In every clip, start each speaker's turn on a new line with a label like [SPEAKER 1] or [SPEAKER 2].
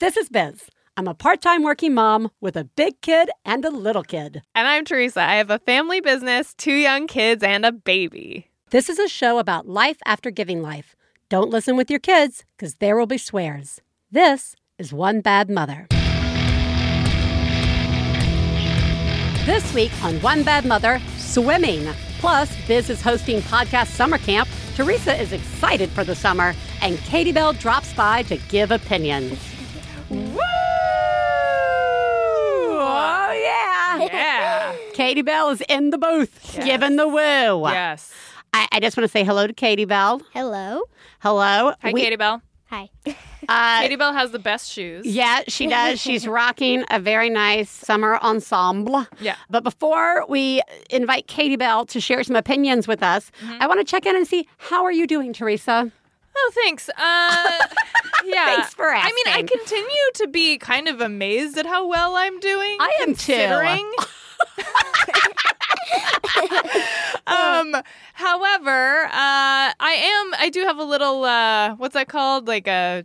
[SPEAKER 1] This is Biz. I'm a part time working mom with a big kid and a little kid.
[SPEAKER 2] And I'm Teresa. I have a family business, two young kids, and a baby.
[SPEAKER 1] This is a show about life after giving life. Don't listen with your kids because there will be swears. This is One Bad Mother. This week on One Bad Mother, swimming. Plus, Biz is hosting podcast summer camp. Teresa is excited for the summer, and Katie Bell drops by to give opinions.
[SPEAKER 2] Woo! Oh, yeah. Yeah.
[SPEAKER 1] Katie Bell is in the booth, giving the woo.
[SPEAKER 2] Yes.
[SPEAKER 1] I, I just want to say hello to Katie Bell.
[SPEAKER 3] Hello.
[SPEAKER 1] Hello.
[SPEAKER 2] Hi,
[SPEAKER 1] We-
[SPEAKER 2] Katie Bell.
[SPEAKER 3] Hi.
[SPEAKER 1] uh,
[SPEAKER 2] Katie Bell has the best shoes.
[SPEAKER 1] Yeah, she does. She's rocking a very nice summer ensemble.
[SPEAKER 2] Yeah.
[SPEAKER 1] But before we invite Katie Bell to share some opinions with us,
[SPEAKER 2] Mm-hmm.
[SPEAKER 1] I want to check in and see how are you doing, Teresa?
[SPEAKER 2] Oh, thanks. Uh, yeah.
[SPEAKER 1] Thanks for
[SPEAKER 2] I mean, I
[SPEAKER 1] asking.
[SPEAKER 2] continue to be kind of amazed at how well I'm doing.
[SPEAKER 1] I am too.
[SPEAKER 2] considering. um. However, uh, I am. I do have a little. Uh, what's that called? Like a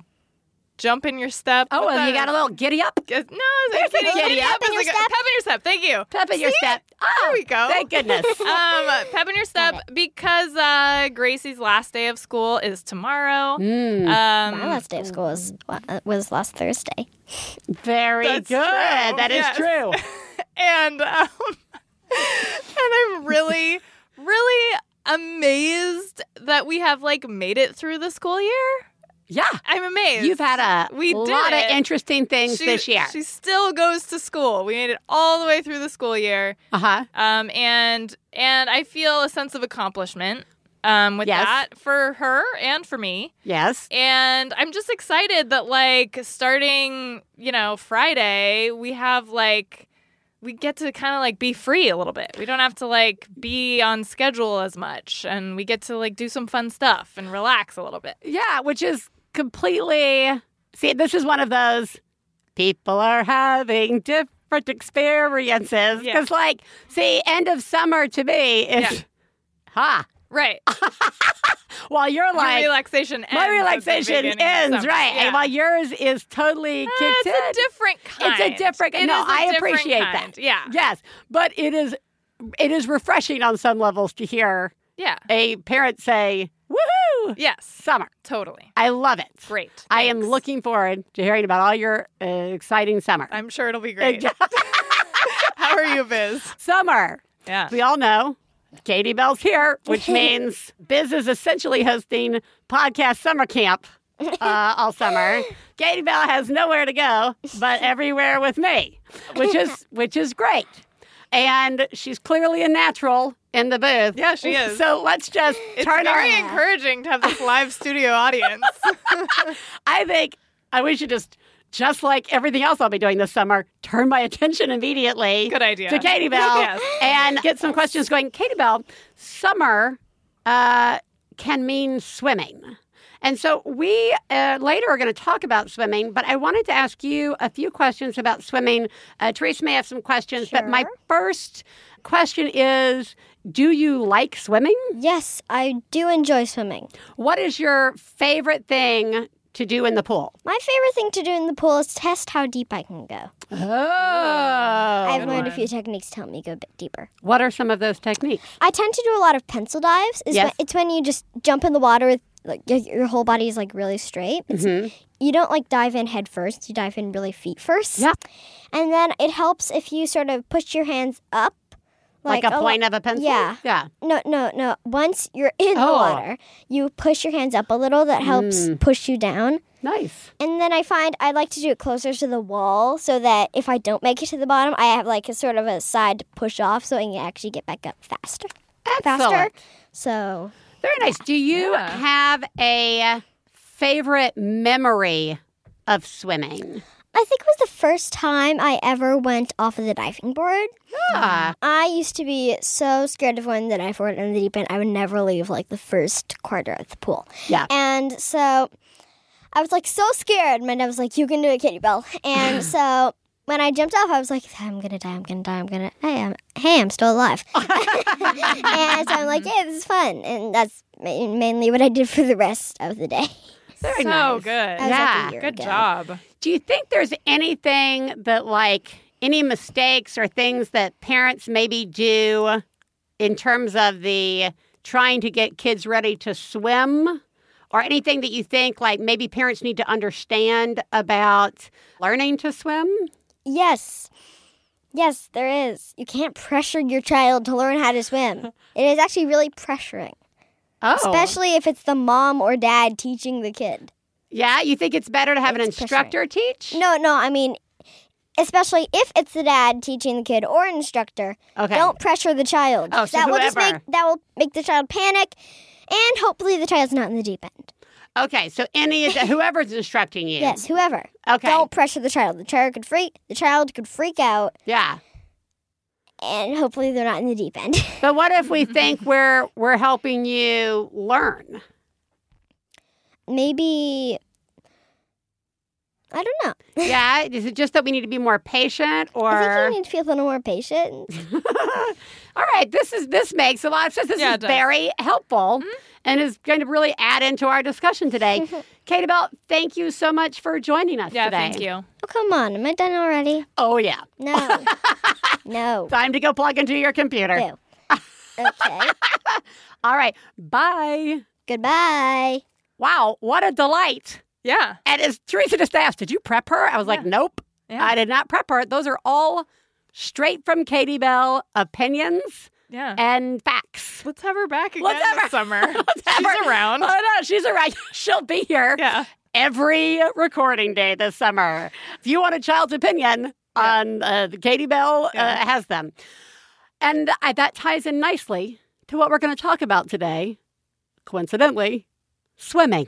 [SPEAKER 2] jump in your step.
[SPEAKER 1] Oh,
[SPEAKER 2] What's
[SPEAKER 1] well, you
[SPEAKER 2] that?
[SPEAKER 1] got a little giddy up.
[SPEAKER 2] Yes, No, there's
[SPEAKER 1] a giddy up.
[SPEAKER 2] Pep in your step. Pep in your step. Thank you.
[SPEAKER 1] Pep in your
[SPEAKER 2] See?
[SPEAKER 1] step.
[SPEAKER 2] There
[SPEAKER 1] Oh,
[SPEAKER 2] we go.
[SPEAKER 1] Thank goodness.
[SPEAKER 2] um, pep in your step because uh, Gracie's last day of school is tomorrow.
[SPEAKER 1] Mm,
[SPEAKER 2] Um,
[SPEAKER 3] My last day of school was uh, was last Thursday.
[SPEAKER 1] very good.
[SPEAKER 2] that's true.
[SPEAKER 1] That is
[SPEAKER 2] Yes.
[SPEAKER 1] true.
[SPEAKER 2] and um, and I'm really, really amazed that we have like made it through the school year.
[SPEAKER 1] Yeah.
[SPEAKER 2] I'm amazed.
[SPEAKER 1] You've had a
[SPEAKER 2] We did
[SPEAKER 1] lot of
[SPEAKER 2] it.
[SPEAKER 1] interesting things
[SPEAKER 2] She-
[SPEAKER 1] this year.
[SPEAKER 2] She still goes to school. We made it all the way through the school year,
[SPEAKER 1] Uh huh.
[SPEAKER 2] um, and and I feel a sense of accomplishment um, with
[SPEAKER 1] Yes.
[SPEAKER 2] that for her and for me.
[SPEAKER 1] Yes.
[SPEAKER 2] And I'm just excited that like starting, you know, Friday, we have like we get to kind of like be free a little bit. We don't have to like be on schedule as much and we get to like do some fun stuff and relax a little bit.
[SPEAKER 1] Yeah, which is completely. See, this is one of those people are having different experiences.
[SPEAKER 2] Yeah.
[SPEAKER 1] Because, like, see, end of summer to me is, ha,
[SPEAKER 2] Right.
[SPEAKER 1] while you're
[SPEAKER 2] Your
[SPEAKER 1] like,
[SPEAKER 2] relaxation ends.
[SPEAKER 1] my
[SPEAKER 2] at the
[SPEAKER 1] relaxation
[SPEAKER 2] beginning of
[SPEAKER 1] ends,
[SPEAKER 2] summer.
[SPEAKER 1] right?
[SPEAKER 2] Yeah.
[SPEAKER 1] And while yours is totally
[SPEAKER 2] Ah,
[SPEAKER 1] kicked in.
[SPEAKER 2] it's a different kind.
[SPEAKER 1] different-
[SPEAKER 2] It
[SPEAKER 1] no,
[SPEAKER 2] is a
[SPEAKER 1] I
[SPEAKER 2] different
[SPEAKER 1] appreciate that.
[SPEAKER 2] kind. Yeah.
[SPEAKER 1] yes, but it is. It is refreshing on some levels to hear
[SPEAKER 2] Yeah.
[SPEAKER 1] a parent say, woohoo,
[SPEAKER 2] Yes.
[SPEAKER 1] summer.
[SPEAKER 2] Totally.
[SPEAKER 1] I love it.
[SPEAKER 2] Great.
[SPEAKER 1] I am
[SPEAKER 2] Thanks.
[SPEAKER 1] looking forward to hearing about all your uh, exciting summer.
[SPEAKER 2] I'm sure it'll be great.
[SPEAKER 1] Ex-
[SPEAKER 2] How are you, Biz?
[SPEAKER 1] summer.
[SPEAKER 2] Yeah.
[SPEAKER 1] We all know Katie Bell's here, which means Biz is essentially hosting podcast summer camp uh, all summer. Katie Bell has nowhere to go, but everywhere with me, which is which is great. And she's clearly a natural in the booth.
[SPEAKER 2] Yeah, she is.
[SPEAKER 1] So let's just
[SPEAKER 2] It's
[SPEAKER 1] turn our.
[SPEAKER 2] very encouraging to have this live studio audience.
[SPEAKER 1] I think I we should just. Just like everything else I'll be doing this summer, turn my attention immediately
[SPEAKER 2] Good idea.
[SPEAKER 1] to Katie Bell
[SPEAKER 2] Yes.
[SPEAKER 1] and get some questions going. Katie Bell, summer uh, can mean swimming. And so we uh, later are going to talk about swimming, but I wanted to ask you a few questions about swimming. Uh, Teresa may have some questions, but my
[SPEAKER 3] Sure.
[SPEAKER 1] first question is Do you like swimming?
[SPEAKER 3] Yes, I do enjoy swimming.
[SPEAKER 1] What is your favorite thing to do in the pool?
[SPEAKER 3] My favorite thing to do in the pool is test how deep I can go.
[SPEAKER 1] Oh.
[SPEAKER 3] I've learned a few techniques to help me go a bit deeper.
[SPEAKER 1] What are some of those techniques?
[SPEAKER 3] I tend to do a lot of pencil dives. Is
[SPEAKER 1] Yes.
[SPEAKER 3] when, it's when you just jump in the water with like your, your whole body is like really straight. It's- You don't like dive in head first. You dive in really feet first.
[SPEAKER 1] Yeah.
[SPEAKER 3] And then it helps if you sort of push your hands up,
[SPEAKER 1] Like, a
[SPEAKER 3] lo-
[SPEAKER 1] point of a pencil?
[SPEAKER 3] yeah.
[SPEAKER 1] Yeah.
[SPEAKER 3] No, no, no. Once you're in the
[SPEAKER 1] Oh.
[SPEAKER 3] water, you push your hands up a little. That helps push you down.
[SPEAKER 1] Nice.
[SPEAKER 3] And then I find I like to do it closer to the wall so that if I don't make it to the bottom, I have like a sort of a side to push off so I can actually get back up faster. Faster.
[SPEAKER 1] Excellent.
[SPEAKER 3] So,
[SPEAKER 1] Very nice. Do you
[SPEAKER 2] Yeah.
[SPEAKER 1] have a favorite memory of swimming?
[SPEAKER 3] I think it was the first time I ever went off of the diving board.
[SPEAKER 1] Ah,
[SPEAKER 3] I used to be so scared of going to the dive board in the deep end, I would never leave like the first quarter of the pool.
[SPEAKER 1] Yeah.
[SPEAKER 3] And so I was like so scared. My dad was like, You can do it, Katie Bell. And so when I jumped off, I was like, I'm gonna die, I'm gonna die, I'm gonna hey, I'm hey, I'm still alive. and so I'm like, Yeah, this is fun. And that's ma- mainly what I did for the rest of the day.
[SPEAKER 1] very
[SPEAKER 2] so
[SPEAKER 1] nice.
[SPEAKER 2] good.
[SPEAKER 3] That was, like, a
[SPEAKER 1] Yeah.
[SPEAKER 3] year
[SPEAKER 2] Good
[SPEAKER 3] ago.
[SPEAKER 2] job.
[SPEAKER 1] Do you think there's anything that, like, any mistakes or things that parents maybe do in terms of the trying to get kids ready to swim? Or anything that you think, like, maybe parents need to understand about learning to swim?
[SPEAKER 3] Yes. Yes, there is. You can't pressure your child to learn how to swim. It is actually really pressuring,
[SPEAKER 1] Oh.
[SPEAKER 3] especially if it's the mom or dad teaching the kid.
[SPEAKER 1] yeah, you think it's better to have an
[SPEAKER 3] It's pressuring.
[SPEAKER 1] instructor teach?
[SPEAKER 3] No, no, I mean, especially if it's the dad teaching the kid or instructor.
[SPEAKER 1] Okay.
[SPEAKER 3] Don't pressure the child.
[SPEAKER 1] Oh, so
[SPEAKER 3] that will just make
[SPEAKER 1] whoever.
[SPEAKER 3] that will make the child panic, and hopefully the child's not in the deep end.
[SPEAKER 1] Okay, so any of the, whoever's instructing you.
[SPEAKER 3] Yes, whoever.
[SPEAKER 1] Okay.
[SPEAKER 3] Don't pressure the child. The child could freak. The child could freak out,
[SPEAKER 1] Yeah.
[SPEAKER 3] and hopefully they're not in the deep end.
[SPEAKER 1] But what if we think we're we're helping you learn?
[SPEAKER 3] Maybe I don't know.
[SPEAKER 1] Yeah, is it just that we need to be more patient or
[SPEAKER 3] I think you need to be a little more patient.
[SPEAKER 1] All right, this is this makes a lot of sense. This
[SPEAKER 2] Yeah,
[SPEAKER 1] is
[SPEAKER 2] it does. Mm-hmm.
[SPEAKER 1] very helpful and is going to really add into our discussion today. Kate Bell, thank you so much for joining us
[SPEAKER 2] Yeah,
[SPEAKER 1] today.
[SPEAKER 2] thank you.
[SPEAKER 3] Oh come on, am I done already?
[SPEAKER 1] Oh yeah.
[SPEAKER 3] No, no.
[SPEAKER 1] Time to go plug into your computer.
[SPEAKER 3] Ew. Okay.
[SPEAKER 1] All right. Bye.
[SPEAKER 3] Goodbye.
[SPEAKER 1] Wow, what a delight.
[SPEAKER 2] Yeah.
[SPEAKER 1] And as Teresa just asked, did you prep her? I was like,
[SPEAKER 2] Yeah.
[SPEAKER 1] nope.
[SPEAKER 2] Yeah.
[SPEAKER 1] I did not prep her. Those are all straight from Katie Bell opinions
[SPEAKER 2] yeah.
[SPEAKER 1] and facts.
[SPEAKER 2] Let's have her back again
[SPEAKER 1] Let's have her-
[SPEAKER 2] this summer.
[SPEAKER 1] have
[SPEAKER 2] She's
[SPEAKER 1] her-
[SPEAKER 2] around.
[SPEAKER 1] Oh no, she's around. She'll be here
[SPEAKER 2] yeah.
[SPEAKER 1] every recording day this summer. If you want a child's opinion
[SPEAKER 2] Yeah.
[SPEAKER 1] on uh, Katie Bell,
[SPEAKER 2] Yeah.
[SPEAKER 1] uh, has them, and I, that ties in nicely to what we're going to talk about today. Coincidentally, swimming.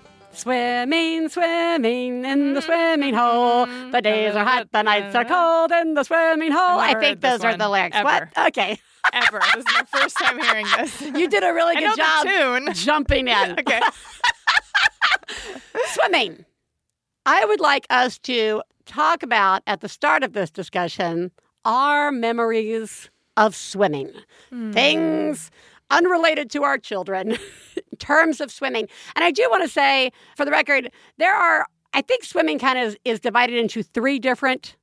[SPEAKER 1] Swimming, swimming in the swimming hole.
[SPEAKER 2] Mm-hmm.
[SPEAKER 1] The days are hot, the nights are cold in the swimming hole.
[SPEAKER 2] I've
[SPEAKER 1] I
[SPEAKER 2] never
[SPEAKER 1] think
[SPEAKER 2] Mm-hmm. heard
[SPEAKER 1] those
[SPEAKER 2] this
[SPEAKER 1] are the
[SPEAKER 2] one,
[SPEAKER 1] lyrics.
[SPEAKER 2] ever.
[SPEAKER 1] What? Okay.
[SPEAKER 2] Ever. This is the first time hearing this.
[SPEAKER 1] You did a really
[SPEAKER 2] I know
[SPEAKER 1] good job
[SPEAKER 2] the tune.
[SPEAKER 1] jumping in.
[SPEAKER 2] Okay.
[SPEAKER 1] Swimming. I would like us to talk about at the start of this discussion our memories of swimming.
[SPEAKER 2] Hmm.
[SPEAKER 1] Things unrelated to our children in terms of swimming. And I do want to say, for the record, there are, I think swimming kind of is, is divided into three different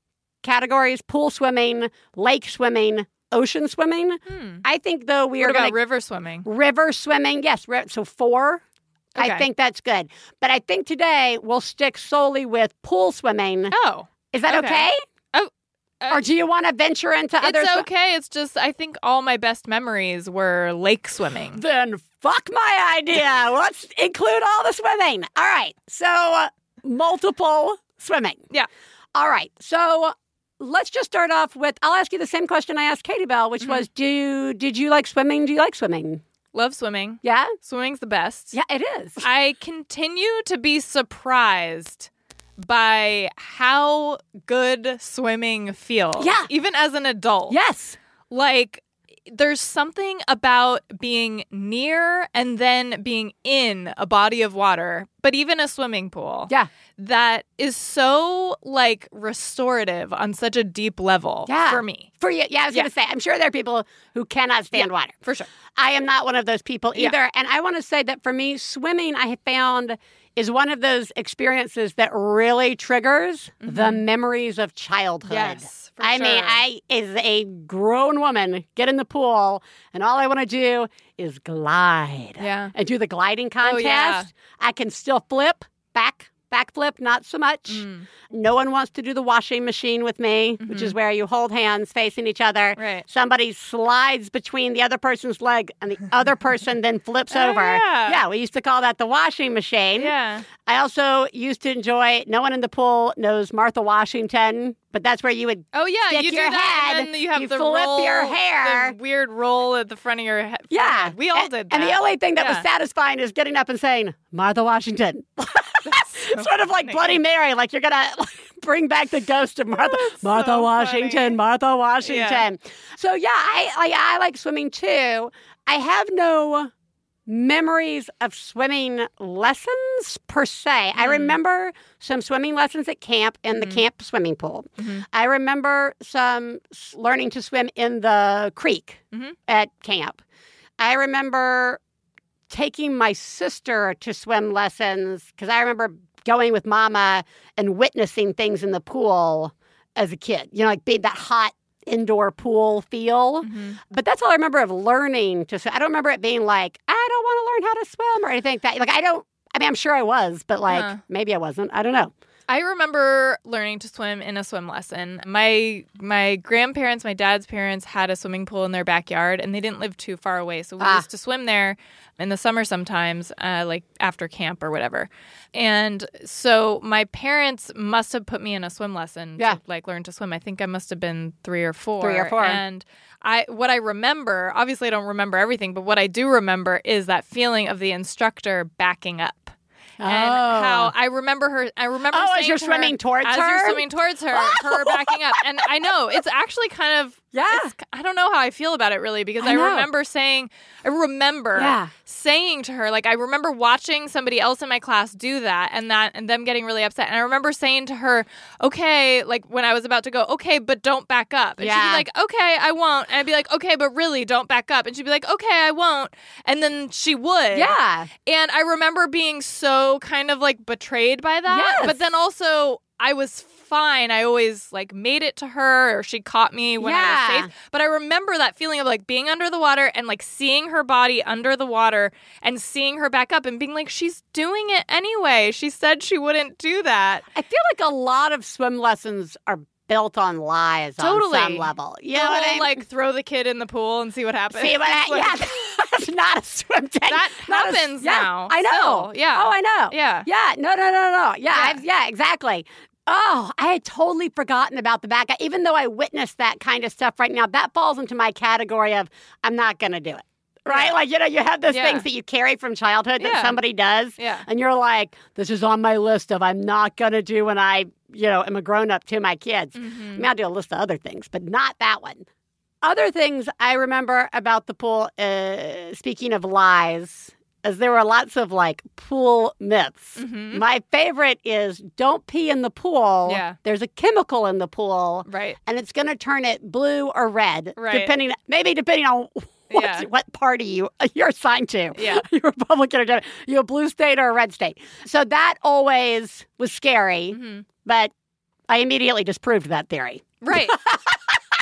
[SPEAKER 1] categories pool swimming, lake swimming, ocean swimming.
[SPEAKER 2] Hmm.
[SPEAKER 1] I think, though, we
[SPEAKER 2] What
[SPEAKER 1] are going
[SPEAKER 2] about
[SPEAKER 1] to
[SPEAKER 2] river swimming?
[SPEAKER 1] River swimming, yes. ri- So four. I
[SPEAKER 2] Okay.
[SPEAKER 1] think that's good. But I think today we'll stick solely with pool swimming.
[SPEAKER 2] Oh.
[SPEAKER 1] Is that okay?
[SPEAKER 2] okay. Oh, uh,
[SPEAKER 1] or do you want to venture into other?
[SPEAKER 2] It's
[SPEAKER 1] swi-
[SPEAKER 2] okay. It's just I think all my best memories were lake swimming.
[SPEAKER 1] Then fuck my idea. Let's include all the swimming. All right. So uh, multiple swimming.
[SPEAKER 2] Yeah.
[SPEAKER 1] All right. So let's just start off with. I'll ask you the same question I asked Katie Bell, which
[SPEAKER 2] Mhm.
[SPEAKER 1] was, do you, did you like swimming? Do you like swimming?
[SPEAKER 2] Love swimming.
[SPEAKER 1] Yeah.
[SPEAKER 2] Swimming's the best.
[SPEAKER 1] Yeah, it is.
[SPEAKER 2] I continue to be surprised by how good swimming feels.
[SPEAKER 1] Yeah.
[SPEAKER 2] Even as an adult.
[SPEAKER 1] yes.
[SPEAKER 2] Like there's something about being near and then being in a body of water, but even a swimming pool.
[SPEAKER 1] Yeah.
[SPEAKER 2] That is so like restorative on such a deep level
[SPEAKER 1] Yeah.
[SPEAKER 2] for me.
[SPEAKER 1] For you, yeah, I was
[SPEAKER 2] Yeah.
[SPEAKER 1] going to say, I'm sure there are people who cannot stand water.
[SPEAKER 2] For sure.
[SPEAKER 1] I am not one of those people
[SPEAKER 2] Yeah.
[SPEAKER 1] either. And I want to say that for me, swimming, I have found, is one of those experiences that really triggers the memories of childhood.
[SPEAKER 2] Mm-hmm. Yes. for
[SPEAKER 1] I mean,
[SPEAKER 2] sure.
[SPEAKER 1] I is a grown woman get in the pool, and all I want to do is glide
[SPEAKER 2] Yeah. Oh,
[SPEAKER 1] and do the gliding contest.
[SPEAKER 2] yeah.
[SPEAKER 1] I can still flip back, back flip, not so much.
[SPEAKER 2] Mm,
[SPEAKER 1] No one wants to do the washing machine with me, which is where you hold hands facing each other.
[SPEAKER 2] Mm-hmm. right.
[SPEAKER 1] Somebody slides between the other person's leg and the other person then flips
[SPEAKER 2] Oh,
[SPEAKER 1] over.
[SPEAKER 2] yeah.
[SPEAKER 1] we used to call that the washing machine.
[SPEAKER 2] Yeah.
[SPEAKER 1] I also used to enjoy, no one in the pool knows Martha Washington, but that's where you would
[SPEAKER 2] Oh yeah,
[SPEAKER 1] stick
[SPEAKER 2] you do
[SPEAKER 1] your
[SPEAKER 2] that,
[SPEAKER 1] head,
[SPEAKER 2] and then you have
[SPEAKER 1] you
[SPEAKER 2] the
[SPEAKER 1] flip
[SPEAKER 2] roll,
[SPEAKER 1] your hair.
[SPEAKER 2] the weird roll at the front of your head.
[SPEAKER 1] Yeah.
[SPEAKER 2] we all
[SPEAKER 1] A-
[SPEAKER 2] did that.
[SPEAKER 1] And the only thing that was
[SPEAKER 2] Yeah.
[SPEAKER 1] satisfying is getting up and saying, Martha Washington.
[SPEAKER 2] That's so
[SPEAKER 1] sort of like
[SPEAKER 2] funny.
[SPEAKER 1] Bloody Mary, like you're going to bring back the ghost of Martha Martha
[SPEAKER 2] so
[SPEAKER 1] Washington,
[SPEAKER 2] funny.
[SPEAKER 1] Martha Washington. So yeah, I, I I like swimming too. I have no memories of swimming lessons per se. I
[SPEAKER 2] Mm.
[SPEAKER 1] remember some swimming lessons at camp in the
[SPEAKER 2] Mhm.
[SPEAKER 1] camp swimming pool.
[SPEAKER 2] Mhm.
[SPEAKER 1] I remember some s- learning to swim in the creek
[SPEAKER 2] Mhm.
[SPEAKER 1] at camp. I remember taking my sister to swim lessons because I remember going with mama and witnessing things in the pool as a kid, you know, like being that hot indoor pool feel.
[SPEAKER 2] Mhm.
[SPEAKER 1] But that's all I remember of learning to swim. I don't remember it being like, I don't want to learn how to swim or anything like that. Like, I don't, I mean, I'm sure I was, but like,
[SPEAKER 2] Huh.
[SPEAKER 1] maybe I wasn't. I don't know.
[SPEAKER 2] I remember learning to swim in a swim lesson. My my grandparents, my dad's parents had a swimming pool in their backyard, and they didn't live too far away, so we
[SPEAKER 1] Ah.
[SPEAKER 2] used to swim there in the summer sometimes, uh, like after camp or whatever. And so my parents must have put me in a swim lesson
[SPEAKER 1] Yeah.
[SPEAKER 2] to like learn to swim. I think I must have been three or four.
[SPEAKER 1] Three or four.
[SPEAKER 2] And I what I remember, obviously I don't remember everything, but what I do remember is that feeling of the instructor backing up and how I remember her. I remember.
[SPEAKER 1] Oh, as
[SPEAKER 2] saying
[SPEAKER 1] you're
[SPEAKER 2] to
[SPEAKER 1] swimming
[SPEAKER 2] her,
[SPEAKER 1] towards
[SPEAKER 2] as
[SPEAKER 1] her?
[SPEAKER 2] you're swimming towards her, her backing up, and I know it's actually kind of.
[SPEAKER 1] Yeah.
[SPEAKER 2] it's- I don't know how I feel about it really because
[SPEAKER 1] I
[SPEAKER 2] I,
[SPEAKER 1] know.
[SPEAKER 2] remember saying, I remember
[SPEAKER 1] Yeah.
[SPEAKER 2] saying to her, like I remember watching somebody else in my class do that, and that, and them getting really upset, and I remember saying to her, okay, like when I was about to go, okay, but don't back up, and she'd
[SPEAKER 1] Yeah.
[SPEAKER 2] be like, okay, I won't, and I'd be like, okay, but really, don't back up, and she'd be like, okay, I won't, and then she would,
[SPEAKER 1] yeah.
[SPEAKER 2] and I remember being so kind of like betrayed by that.
[SPEAKER 1] Yes.
[SPEAKER 2] But then also, I was fine. I always like made it to her or she caught me when I
[SPEAKER 1] Yeah.
[SPEAKER 2] was safe. But I remember that feeling of like being under the water and like seeing her body under the water and seeing her back up and being like, she's doing it anyway. She said she wouldn't do that.
[SPEAKER 1] I feel like a lot of swim lessons are built on lies
[SPEAKER 2] Totally.
[SPEAKER 1] on some level. You know
[SPEAKER 2] the
[SPEAKER 1] what
[SPEAKER 2] whole,
[SPEAKER 1] I mean?
[SPEAKER 2] like throw the kid in the pool and see what happens.
[SPEAKER 1] See what I,
[SPEAKER 2] It's like-
[SPEAKER 1] yeah, that's not a swim technique.
[SPEAKER 2] That
[SPEAKER 1] Not a s-
[SPEAKER 2] happens
[SPEAKER 1] yeah,
[SPEAKER 2] now.
[SPEAKER 1] I know.
[SPEAKER 2] Still, yeah.
[SPEAKER 1] Oh, I know.
[SPEAKER 2] Yeah.
[SPEAKER 1] Yeah. No, no, no, no. Yeah.
[SPEAKER 2] Yeah.
[SPEAKER 1] I've, yeah, exactly. Oh, I had totally forgotten about the back. Even though I witnessed that kind of stuff right now, that falls into my category of I'm not going to do it. Right?
[SPEAKER 2] Yeah.
[SPEAKER 1] Like, you know, you have those
[SPEAKER 2] Yeah.
[SPEAKER 1] things that you carry from childhood that
[SPEAKER 2] Yeah.
[SPEAKER 1] somebody does.
[SPEAKER 2] Yeah.
[SPEAKER 1] And you're like, this is on my list of I'm not going to do when I, you know, am a grown up to my kids. I
[SPEAKER 2] Mhm.
[SPEAKER 1] mean, I'll do a list of other things, but not that one. Other things I remember about the pool, uh, speaking of lies, is there were lots of like pool myths.
[SPEAKER 2] Mhm.
[SPEAKER 1] My favorite is don't pee in the pool.
[SPEAKER 2] Yeah.
[SPEAKER 1] There's a chemical in the pool
[SPEAKER 2] Right.
[SPEAKER 1] and it's going to turn it blue or red,
[SPEAKER 2] Right.
[SPEAKER 1] depending maybe depending on what,
[SPEAKER 2] Yeah.
[SPEAKER 1] what party you you're assigned to.
[SPEAKER 2] Yeah.
[SPEAKER 1] you're Republican or Democrat, you're a blue state or a red state. So that always was scary,
[SPEAKER 2] Mhm.
[SPEAKER 1] but I immediately disproved that theory.
[SPEAKER 2] Right.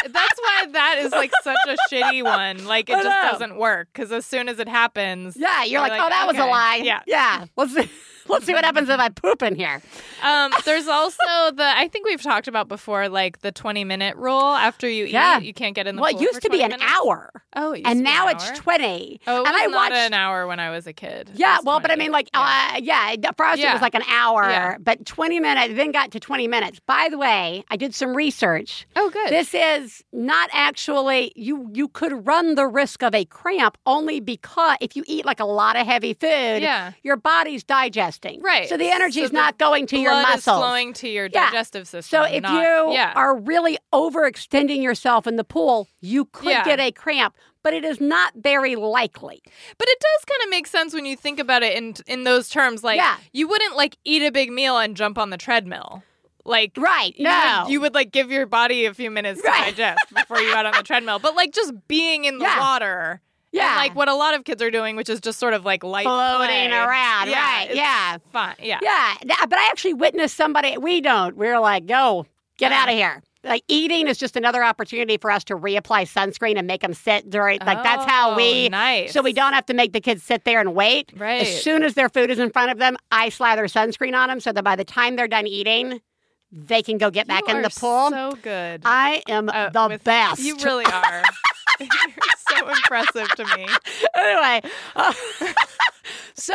[SPEAKER 2] That's why that is like such a shitty one. Like it
[SPEAKER 1] I
[SPEAKER 2] just
[SPEAKER 1] know.
[SPEAKER 2] doesn't work because as soon as it happens,
[SPEAKER 1] Yeah, you're
[SPEAKER 2] You're
[SPEAKER 1] like,
[SPEAKER 2] like,
[SPEAKER 1] oh, that was a
[SPEAKER 2] okay,
[SPEAKER 1] lie.
[SPEAKER 2] yeah.
[SPEAKER 1] yeah. Let's see, let's see what happens if I poop in here.
[SPEAKER 2] um, there's also the I think we've talked about before, like the 20 minute rule. After you
[SPEAKER 1] Yeah.
[SPEAKER 2] eat, you can't get in the
[SPEAKER 1] Well, it
[SPEAKER 2] pool.
[SPEAKER 1] used
[SPEAKER 2] for
[SPEAKER 1] to be
[SPEAKER 2] 20
[SPEAKER 1] an
[SPEAKER 2] minutes.
[SPEAKER 1] hour,
[SPEAKER 2] Oh, it used to
[SPEAKER 1] and
[SPEAKER 2] be an
[SPEAKER 1] now it's
[SPEAKER 2] hour?
[SPEAKER 1] twenty.
[SPEAKER 2] Oh, it
[SPEAKER 1] and
[SPEAKER 2] was
[SPEAKER 1] I
[SPEAKER 2] not
[SPEAKER 1] watched.
[SPEAKER 2] an hour when I was a kid. It
[SPEAKER 1] Yeah,
[SPEAKER 2] was
[SPEAKER 1] well, but I
[SPEAKER 2] 20.
[SPEAKER 1] mean, like,
[SPEAKER 2] Yeah.
[SPEAKER 1] uh, yeah, for us it
[SPEAKER 2] Yeah.
[SPEAKER 1] was like an hour,
[SPEAKER 2] Yeah.
[SPEAKER 1] but 20 minutes, then got to 20 minutes. By the way, I did some research.
[SPEAKER 2] oh, good.
[SPEAKER 1] uh, This is not actually, you you could run the risk of a cramp only because if you eat like a lot of heavy food,
[SPEAKER 2] Yeah.
[SPEAKER 1] your body's digesting.
[SPEAKER 2] Right.
[SPEAKER 1] So the energy
[SPEAKER 2] So
[SPEAKER 1] is
[SPEAKER 2] the
[SPEAKER 1] not going to your
[SPEAKER 2] Blood
[SPEAKER 1] muscles.
[SPEAKER 2] is flowing to your
[SPEAKER 1] Yeah.
[SPEAKER 2] digestive system.
[SPEAKER 1] So if
[SPEAKER 2] not-
[SPEAKER 1] you
[SPEAKER 2] yeah.
[SPEAKER 1] are really overextending yourself in the pool, you could
[SPEAKER 2] Yeah.
[SPEAKER 1] get a cramp, but it is not very likely.
[SPEAKER 2] But it does kind of make sense when you think about it in in those terms. Like
[SPEAKER 1] Yeah.
[SPEAKER 2] you wouldn't like eat a big meal and jump on the treadmill. Like
[SPEAKER 1] Right.
[SPEAKER 2] you
[SPEAKER 1] No.
[SPEAKER 2] would, you would like give your body a few minutes
[SPEAKER 1] Right.
[SPEAKER 2] to digest before you got on the treadmill. But like just being in the
[SPEAKER 1] Yeah.
[SPEAKER 2] water. and,
[SPEAKER 1] yeah.
[SPEAKER 2] like what a lot of kids are doing, which is just sort of like light
[SPEAKER 1] floating
[SPEAKER 2] play.
[SPEAKER 1] around.
[SPEAKER 2] Yeah,
[SPEAKER 1] right.
[SPEAKER 2] it's
[SPEAKER 1] Yeah.
[SPEAKER 2] Fun. Yeah.
[SPEAKER 1] Yeah. Th- But I actually witnessed somebody, we don't. We're like, go, get
[SPEAKER 2] Uh-uh.
[SPEAKER 1] out of here. Like eating is just another opportunity for us to reapply sunscreen and make them sit during. Like that's how
[SPEAKER 2] Oh,
[SPEAKER 1] we,
[SPEAKER 2] nice.
[SPEAKER 1] so we don't have to make the kids sit there and wait.
[SPEAKER 2] Right.
[SPEAKER 1] As soon as their food is in front of them, I slather sunscreen on them so that by the time they're done eating, they can go get back
[SPEAKER 2] You
[SPEAKER 1] in the
[SPEAKER 2] are
[SPEAKER 1] pool.
[SPEAKER 2] So good.
[SPEAKER 1] I am
[SPEAKER 2] uh,
[SPEAKER 1] the
[SPEAKER 2] with-
[SPEAKER 1] best.
[SPEAKER 2] You really are. You're so impressive to me.
[SPEAKER 1] anyway, uh, so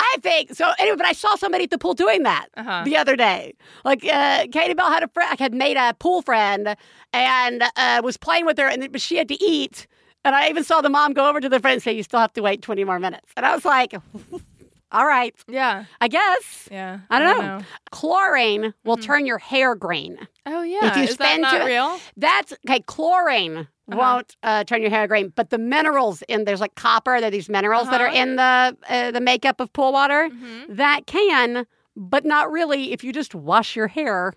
[SPEAKER 1] I think so. Anyway, but I saw somebody at the pool doing that
[SPEAKER 2] Uh-huh.
[SPEAKER 1] the other day. Like uh, Katie Bell had a friend, had made a pool friend, and uh, was playing with her, and but she had to eat. And I even saw the mom go over to the friend and say, "You still have to wait twenty more minutes." And I was like, all right,
[SPEAKER 2] Yeah.
[SPEAKER 1] I guess.
[SPEAKER 2] Yeah.
[SPEAKER 1] I don't know. Chlorine will turn your hair green.
[SPEAKER 2] Oh yeah.
[SPEAKER 1] If you
[SPEAKER 2] Is
[SPEAKER 1] spend
[SPEAKER 2] that
[SPEAKER 1] too-
[SPEAKER 2] not real?
[SPEAKER 1] That's okay. Chlorine won't uh, turn your hair green, but the minerals in there's like copper. There are these minerals that are
[SPEAKER 2] Uh-huh.
[SPEAKER 1] in the uh, the makeup of pool water
[SPEAKER 2] Mm-hmm.
[SPEAKER 1] that can, but not really if you just wash your hair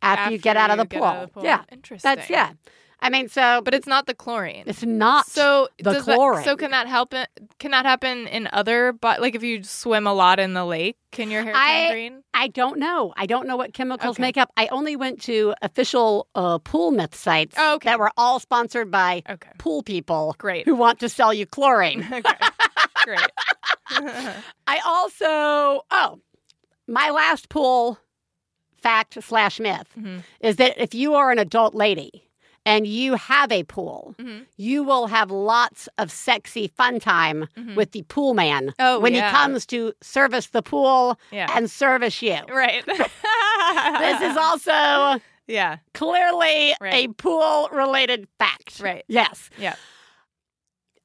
[SPEAKER 1] after, you get out of the pool. Yeah,
[SPEAKER 2] Interesting.
[SPEAKER 1] that's yeah. I mean, so but
[SPEAKER 2] But it's not the chlorine.
[SPEAKER 1] it's not
[SPEAKER 2] so
[SPEAKER 1] the
[SPEAKER 2] does that-
[SPEAKER 1] chlorine.
[SPEAKER 2] so can that help? in- Can that happen in other? But like if you swim a lot in the lake, can your hair turn
[SPEAKER 1] I-
[SPEAKER 2] green?
[SPEAKER 1] I don't know. I don't know what chemicals
[SPEAKER 2] Okay.
[SPEAKER 1] make up. I only went to official uh, pool myth sites
[SPEAKER 2] Oh, okay.
[SPEAKER 1] that were all sponsored by
[SPEAKER 2] Okay.
[SPEAKER 1] pool people
[SPEAKER 2] Great.
[SPEAKER 1] who want to sell you chlorine.
[SPEAKER 2] okay. Great. Mm-hmm.
[SPEAKER 1] I also, oh, my last pool fact slash myth
[SPEAKER 2] Mhm.
[SPEAKER 1] is that if you are an adult lady and you have a pool,
[SPEAKER 2] Mhm.
[SPEAKER 1] you will have lots of sexy fun time
[SPEAKER 2] Mhm.
[SPEAKER 1] with the pool man
[SPEAKER 2] Oh,
[SPEAKER 1] when
[SPEAKER 2] yeah.
[SPEAKER 1] he comes to service the pool
[SPEAKER 2] Yeah.
[SPEAKER 1] and service you.
[SPEAKER 2] Right.
[SPEAKER 1] This
[SPEAKER 2] this
[SPEAKER 1] is also
[SPEAKER 2] Yeah.
[SPEAKER 1] clearly a
[SPEAKER 2] Right.
[SPEAKER 1] pool related fact.
[SPEAKER 2] Right.
[SPEAKER 1] Yes.
[SPEAKER 2] Yeah.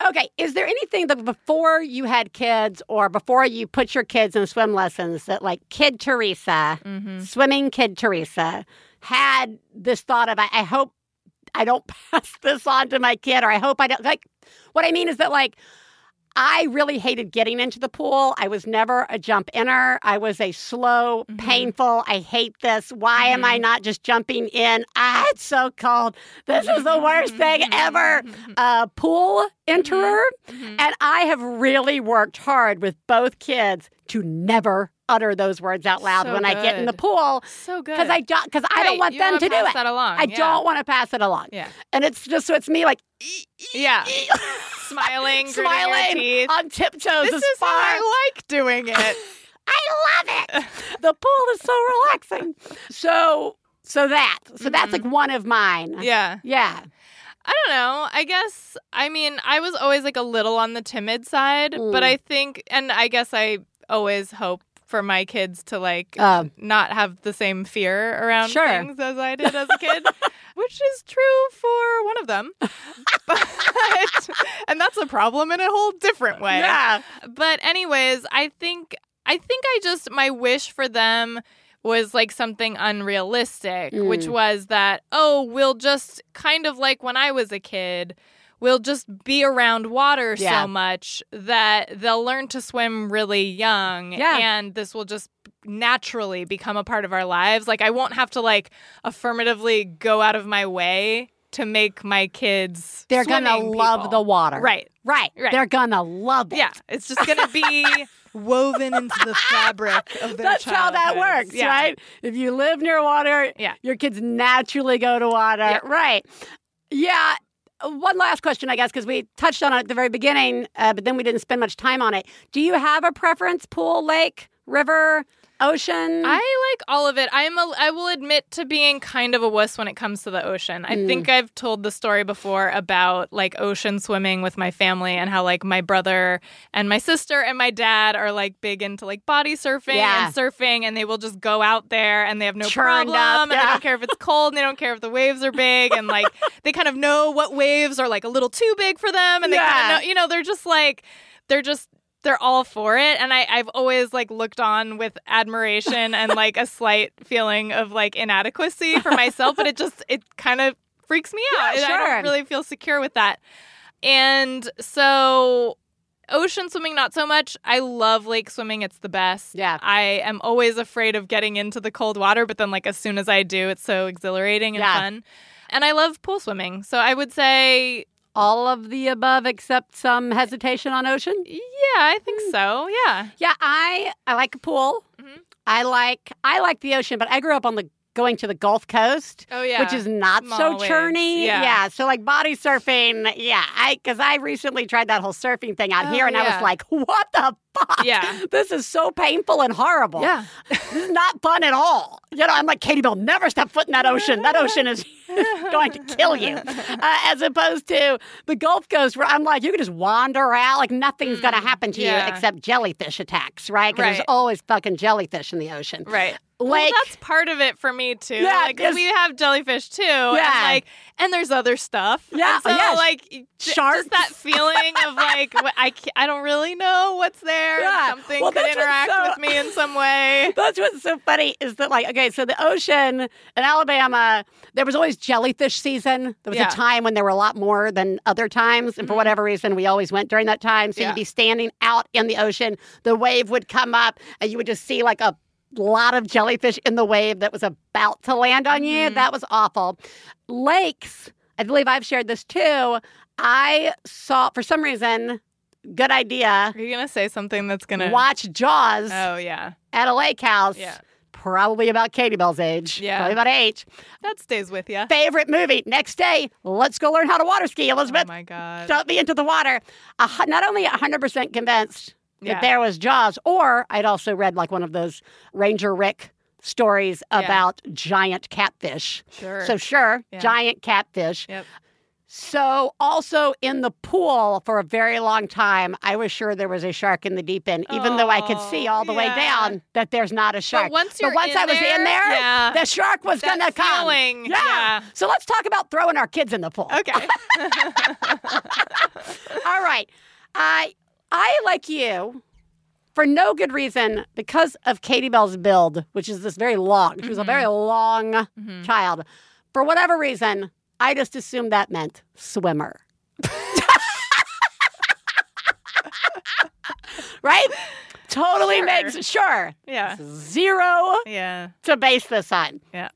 [SPEAKER 1] Okay. Is there anything that before you had kids or before you put your kids in swim lessons that like kid Teresa,
[SPEAKER 2] Mm-hmm.
[SPEAKER 1] swimming kid Teresa, had this thought of, I, I hope I don't pass this on to my kid or I hope I don't like what I mean is that like I really hated getting into the pool. I was never a jump inner. I was a slow,
[SPEAKER 2] Mhm.
[SPEAKER 1] painful, I hate this. Why am
[SPEAKER 2] Mm-hmm.
[SPEAKER 1] I not just jumping in? Ah, it's so cold. This is
[SPEAKER 2] Mm-hmm.
[SPEAKER 1] the worst thing ever. Uh, pool enterer.
[SPEAKER 2] Mm-hmm.
[SPEAKER 1] And I have really worked hard with both kids to never utter those words out loud
[SPEAKER 2] So
[SPEAKER 1] when I get in the
[SPEAKER 2] good.
[SPEAKER 1] pool
[SPEAKER 2] So good.
[SPEAKER 1] because I, don't because I don't
[SPEAKER 2] Right,
[SPEAKER 1] want
[SPEAKER 2] you
[SPEAKER 1] them
[SPEAKER 2] wanna
[SPEAKER 1] to do
[SPEAKER 2] pass
[SPEAKER 1] it.
[SPEAKER 2] That along.
[SPEAKER 1] I
[SPEAKER 2] yeah.
[SPEAKER 1] don't want to pass it along.
[SPEAKER 2] Yeah.
[SPEAKER 1] And it's just, so it's me like,
[SPEAKER 2] Yeah. Smiling, gritting your
[SPEAKER 1] smiling
[SPEAKER 2] teeth.
[SPEAKER 1] on tiptoes.
[SPEAKER 2] This
[SPEAKER 1] as
[SPEAKER 2] is how
[SPEAKER 1] far-
[SPEAKER 2] I like doing it.
[SPEAKER 1] I love it. the pool is so relaxing. So, so that, so that's like one of mine.
[SPEAKER 2] Mm-hmm. yeah.
[SPEAKER 1] Yeah.
[SPEAKER 2] I don't know. I guess I mean I was always like a little on the timid side,
[SPEAKER 1] Mm.
[SPEAKER 2] but I think and I guess I always hope for my kids to like
[SPEAKER 1] Um,
[SPEAKER 2] not have the same fear around
[SPEAKER 1] Sure.
[SPEAKER 2] things as I did as a kid, which is true for one of them. But and that's a problem in a whole different way.
[SPEAKER 1] Yeah.
[SPEAKER 2] But anyways, I think I think I just my wish for them was like something unrealistic,
[SPEAKER 1] Mm.
[SPEAKER 2] which was that oh, we'll just kind of like when I was a kid, we'll just be around water
[SPEAKER 1] Yeah.
[SPEAKER 2] so much that they'll learn to swim really young
[SPEAKER 1] Yeah.
[SPEAKER 2] and this will just naturally become a part of our lives. Like I won't have to like affirmatively go out of my way to make my kids
[SPEAKER 1] They're gonna
[SPEAKER 2] swimming
[SPEAKER 1] love the
[SPEAKER 2] people.
[SPEAKER 1] water.
[SPEAKER 2] Right.
[SPEAKER 1] Right.
[SPEAKER 2] Right.
[SPEAKER 1] They're gonna love it.
[SPEAKER 2] Yeah, it's just gonna be woven into the fabric of their
[SPEAKER 1] That's how that
[SPEAKER 2] childhoods.
[SPEAKER 1] works,
[SPEAKER 2] Yeah.
[SPEAKER 1] right? If you live near water,
[SPEAKER 2] Yeah.
[SPEAKER 1] your kids naturally go to water.
[SPEAKER 2] Yeah.
[SPEAKER 1] Right. Yeah. One last question, I guess, because we touched on it at the very beginning, uh, but then we didn't spend much time on it. Do you have a preference? Pool, lake, river, ocean?
[SPEAKER 2] I like all of it. I'm a, I will admit to being kind of a wuss when it comes to the ocean. I
[SPEAKER 1] Mm.
[SPEAKER 2] think I've told the story before about like ocean swimming with my family and how like my brother and my sister and my dad are like big into like body surfing
[SPEAKER 1] Yeah.
[SPEAKER 2] and surfing and they will just go out there and they have no
[SPEAKER 1] Churned
[SPEAKER 2] problem
[SPEAKER 1] up,
[SPEAKER 2] and they
[SPEAKER 1] yeah.
[SPEAKER 2] don't care if it's cold and they don't care if the waves are big and like they kind of know what waves are like a little too big for them and they kind
[SPEAKER 1] Yeah.
[SPEAKER 2] of know you know they're just like they're just they're all for it and I, i've always like looked on with admiration and like a slight feeling of like inadequacy for myself but it just it kind of freaks me out
[SPEAKER 1] Yeah,
[SPEAKER 2] And i
[SPEAKER 1] sure.
[SPEAKER 2] don't really feel secure with that and so ocean swimming not so much i love lake swimming it's the best
[SPEAKER 1] Yeah.
[SPEAKER 2] i am always afraid of getting into the cold water but then like as soon as i do it's so exhilarating and
[SPEAKER 1] Yeah.
[SPEAKER 2] fun and i love pool swimming so i would say
[SPEAKER 1] all of the above except some hesitation on ocean?
[SPEAKER 2] yeah i think
[SPEAKER 1] Hmm.
[SPEAKER 2] so yeah
[SPEAKER 1] Yeah, I I like a pool.
[SPEAKER 2] Mhm.
[SPEAKER 1] Mm-hmm. I like I like the ocean, but I grew up on the going to the Gulf Coast.
[SPEAKER 2] oh yeah
[SPEAKER 1] which is not
[SPEAKER 2] Small
[SPEAKER 1] so
[SPEAKER 2] waves.
[SPEAKER 1] churny.
[SPEAKER 2] Yeah.
[SPEAKER 1] So like body surfing. Yeah. I because I recently tried that whole surfing thing out
[SPEAKER 2] Oh,
[SPEAKER 1] here, and I
[SPEAKER 2] yeah.
[SPEAKER 1] was like, what the fuck?
[SPEAKER 2] Yeah.
[SPEAKER 1] This is so painful and horrible.
[SPEAKER 2] yeah
[SPEAKER 1] This is not fun at all. You know, I'm like Katie Bell. Never step foot in that ocean. That ocean is going to kill you. Uh, as opposed to the Gulf Coast, where I'm like, you can just wander out. Like nothing's going to happen to
[SPEAKER 2] Mm, yeah.
[SPEAKER 1] you except jellyfish attacks, right? 'Cause
[SPEAKER 2] Right.
[SPEAKER 1] there's always fucking jellyfish in the ocean.
[SPEAKER 2] right
[SPEAKER 1] Like
[SPEAKER 2] well, that's part of it for me too.
[SPEAKER 1] Yeah,
[SPEAKER 2] Yeah, like 'cause
[SPEAKER 1] just-
[SPEAKER 2] we have jellyfish too.
[SPEAKER 1] Yeah.
[SPEAKER 2] and like and there's other stuff.
[SPEAKER 1] Yeah,
[SPEAKER 2] and so
[SPEAKER 1] yes.
[SPEAKER 2] like j-
[SPEAKER 1] sharks.
[SPEAKER 2] just that feeling of like wh- I, ca- I don't really know what's there.
[SPEAKER 1] Yeah.
[SPEAKER 2] Something
[SPEAKER 1] Well,
[SPEAKER 2] could
[SPEAKER 1] that's what's
[SPEAKER 2] interact
[SPEAKER 1] so-
[SPEAKER 2] with me in some way.
[SPEAKER 1] That's what's so funny is that like okay, so the ocean in Alabama, there was always jellyfish season. There was
[SPEAKER 2] Yeah. Mm-hmm.
[SPEAKER 1] a time when there were a lot more than other times, and for whatever reason, we always went during that time. So
[SPEAKER 2] Yeah.
[SPEAKER 1] you'd be standing out in the ocean, the wave would come up, and you would just see like a lot of jellyfish in the wave that was about to land on you.
[SPEAKER 2] Mhm.
[SPEAKER 1] That was awful. Lakes, I believe I've shared this too. I saw for some reason, good idea.
[SPEAKER 2] Are you gonna say something that's gonna?
[SPEAKER 1] Watch Jaws
[SPEAKER 2] Oh yeah,
[SPEAKER 1] at a lake house
[SPEAKER 2] yeah.
[SPEAKER 1] probably about Katie Bell's age.
[SPEAKER 2] Yeah.
[SPEAKER 1] Probably about age.
[SPEAKER 2] That stays with you.
[SPEAKER 1] Favorite movie. Next day, let's go learn how to water ski,
[SPEAKER 2] Oh
[SPEAKER 1] Elizabeth.
[SPEAKER 2] my god.
[SPEAKER 1] Dump me into the water. A hu- not only 100% convinced
[SPEAKER 2] Yeah.
[SPEAKER 1] that there was Jaws, or I'd also read like one of those Ranger Rick stories
[SPEAKER 2] Yeah.
[SPEAKER 1] about giant catfish.
[SPEAKER 2] Sure.
[SPEAKER 1] So, sure,
[SPEAKER 2] Yeah.
[SPEAKER 1] giant catfish.
[SPEAKER 2] Yep.
[SPEAKER 1] So, also in the pool for a very long time, I was sure there was a shark in the deep end, even though I could
[SPEAKER 2] Oh,
[SPEAKER 1] see all the way
[SPEAKER 2] yeah.
[SPEAKER 1] down that there's not a shark.
[SPEAKER 2] But once
[SPEAKER 1] But
[SPEAKER 2] you're
[SPEAKER 1] once
[SPEAKER 2] in
[SPEAKER 1] I was
[SPEAKER 2] there,
[SPEAKER 1] in there,
[SPEAKER 2] yeah.
[SPEAKER 1] the shark was
[SPEAKER 2] That
[SPEAKER 1] gonna come.
[SPEAKER 2] feeling,
[SPEAKER 1] Yeah.
[SPEAKER 2] yeah.
[SPEAKER 1] So let's talk about throwing our kids in the pool.
[SPEAKER 2] okay.
[SPEAKER 1] All right. I I like you for no good reason because of Katie Bell's build, which is this very long. She was a
[SPEAKER 2] Mm-hmm.
[SPEAKER 1] very long
[SPEAKER 2] Mhm.
[SPEAKER 1] child. For whatever reason, I just assumed that meant swimmer. right? Totally
[SPEAKER 2] Sure.
[SPEAKER 1] makes sure.
[SPEAKER 2] Yeah.
[SPEAKER 1] Zero
[SPEAKER 2] Yeah.
[SPEAKER 1] to base this on.
[SPEAKER 2] Yeah.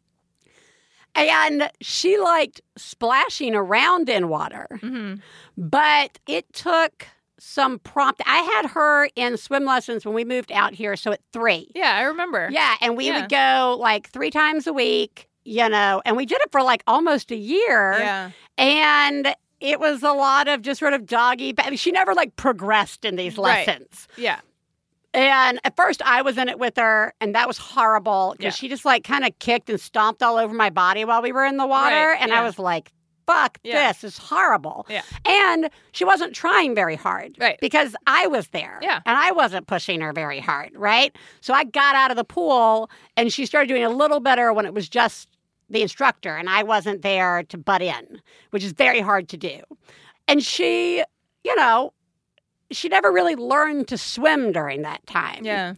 [SPEAKER 1] And she liked splashing around in water,
[SPEAKER 2] hmm
[SPEAKER 1] but it took some prompt. I had her in swim lessons when we moved out here, so at three.
[SPEAKER 2] Yeah, I remember.
[SPEAKER 1] Yeah, and we would go like three times a week, you know, and we did it for like almost a year.
[SPEAKER 2] Yeah.
[SPEAKER 1] And it was a lot of just sort of doggy. ba- She never like progressed in these
[SPEAKER 2] Right.
[SPEAKER 1] lessons.
[SPEAKER 2] Yeah.
[SPEAKER 1] And at first, I was in it with her, and that was horrible because
[SPEAKER 2] Yeah.
[SPEAKER 1] she just like kind of kicked and stomped all over my body while we were in the water.
[SPEAKER 2] Right,
[SPEAKER 1] And I
[SPEAKER 2] yeah.
[SPEAKER 1] was like, fuck,
[SPEAKER 2] Yeah.
[SPEAKER 1] this is horrible.
[SPEAKER 2] Yeah.
[SPEAKER 1] And she wasn't trying very hard
[SPEAKER 2] Right.
[SPEAKER 1] because I was there.
[SPEAKER 2] Yeah.
[SPEAKER 1] And I wasn't pushing her very hard, right? So I got out of the pool, and she started doing a little better when it was just the instructor, and I wasn't there to butt in, which is very hard to do. And she, you know, she never really learned to swim during that time.
[SPEAKER 2] Yeah.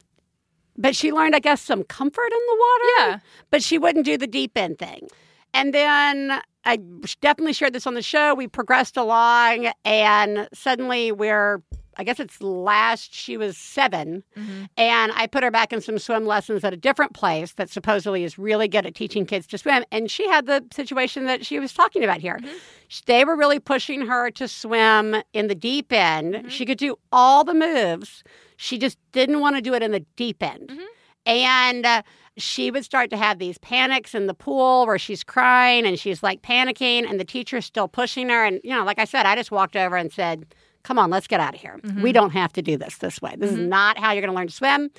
[SPEAKER 1] But she learned, I guess, some comfort in the water.
[SPEAKER 2] Yeah.
[SPEAKER 1] But she wouldn't do the deep end thing. And then I definitely shared this on the show. We progressed along, and suddenly we're, I guess it's last, she was seven.
[SPEAKER 2] hmm
[SPEAKER 1] And I put her back in some swim lessons at a different place that supposedly is really good at teaching kids to swim. And she had the situation that she was talking about here.
[SPEAKER 2] Mhm.
[SPEAKER 1] Sh They were really pushing her to swim in the deep end.
[SPEAKER 2] Mhm.
[SPEAKER 1] She could do all the moves, she just didn't want to do it in the deep end.
[SPEAKER 2] Mhm.
[SPEAKER 1] And uh, she would start to have these panics in the pool where she's crying and she's like panicking, and the teacher's still pushing her. And, you know, like I said, I just walked over and said, Come on, let's get out of here.
[SPEAKER 2] Mhm.
[SPEAKER 1] We don't have to do this this way. This is
[SPEAKER 2] Mhm.
[SPEAKER 1] not how you're going to learn to swim.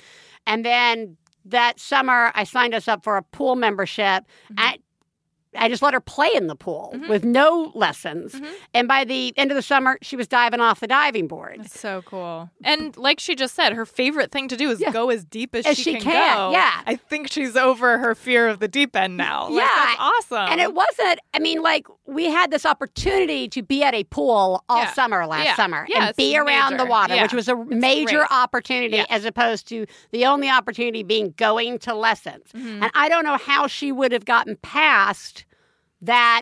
[SPEAKER 1] And then that summer, I signed us up for a pool membership.
[SPEAKER 2] Mhm.
[SPEAKER 1] I, I just let her play in the pool
[SPEAKER 2] Mhm.
[SPEAKER 1] with no lessons.
[SPEAKER 2] Mhm.
[SPEAKER 1] And by the end of the summer, she was diving off the diving board.
[SPEAKER 2] That's so cool. And like she just said, her favorite thing to do is
[SPEAKER 1] Yeah.
[SPEAKER 2] go as deep as,
[SPEAKER 1] As she can,
[SPEAKER 2] go.
[SPEAKER 1] yeah.
[SPEAKER 2] I think she's over her fear of the deep end now. Like,
[SPEAKER 1] Yeah,
[SPEAKER 2] that's awesome.
[SPEAKER 1] And it wasn't, I mean, like we had this opportunity to be at a pool all
[SPEAKER 2] Yeah.
[SPEAKER 1] summer last
[SPEAKER 2] Yeah.
[SPEAKER 1] summer
[SPEAKER 2] Yeah,
[SPEAKER 1] and
[SPEAKER 2] it's
[SPEAKER 1] be around the
[SPEAKER 2] major.
[SPEAKER 1] water,
[SPEAKER 2] Yeah.
[SPEAKER 1] which was a major
[SPEAKER 2] great.
[SPEAKER 1] opportunity
[SPEAKER 2] Yeah.
[SPEAKER 1] as opposed to the only opportunity being going to lessons.
[SPEAKER 2] Mhm.
[SPEAKER 1] And I don't know how she would have gotten past that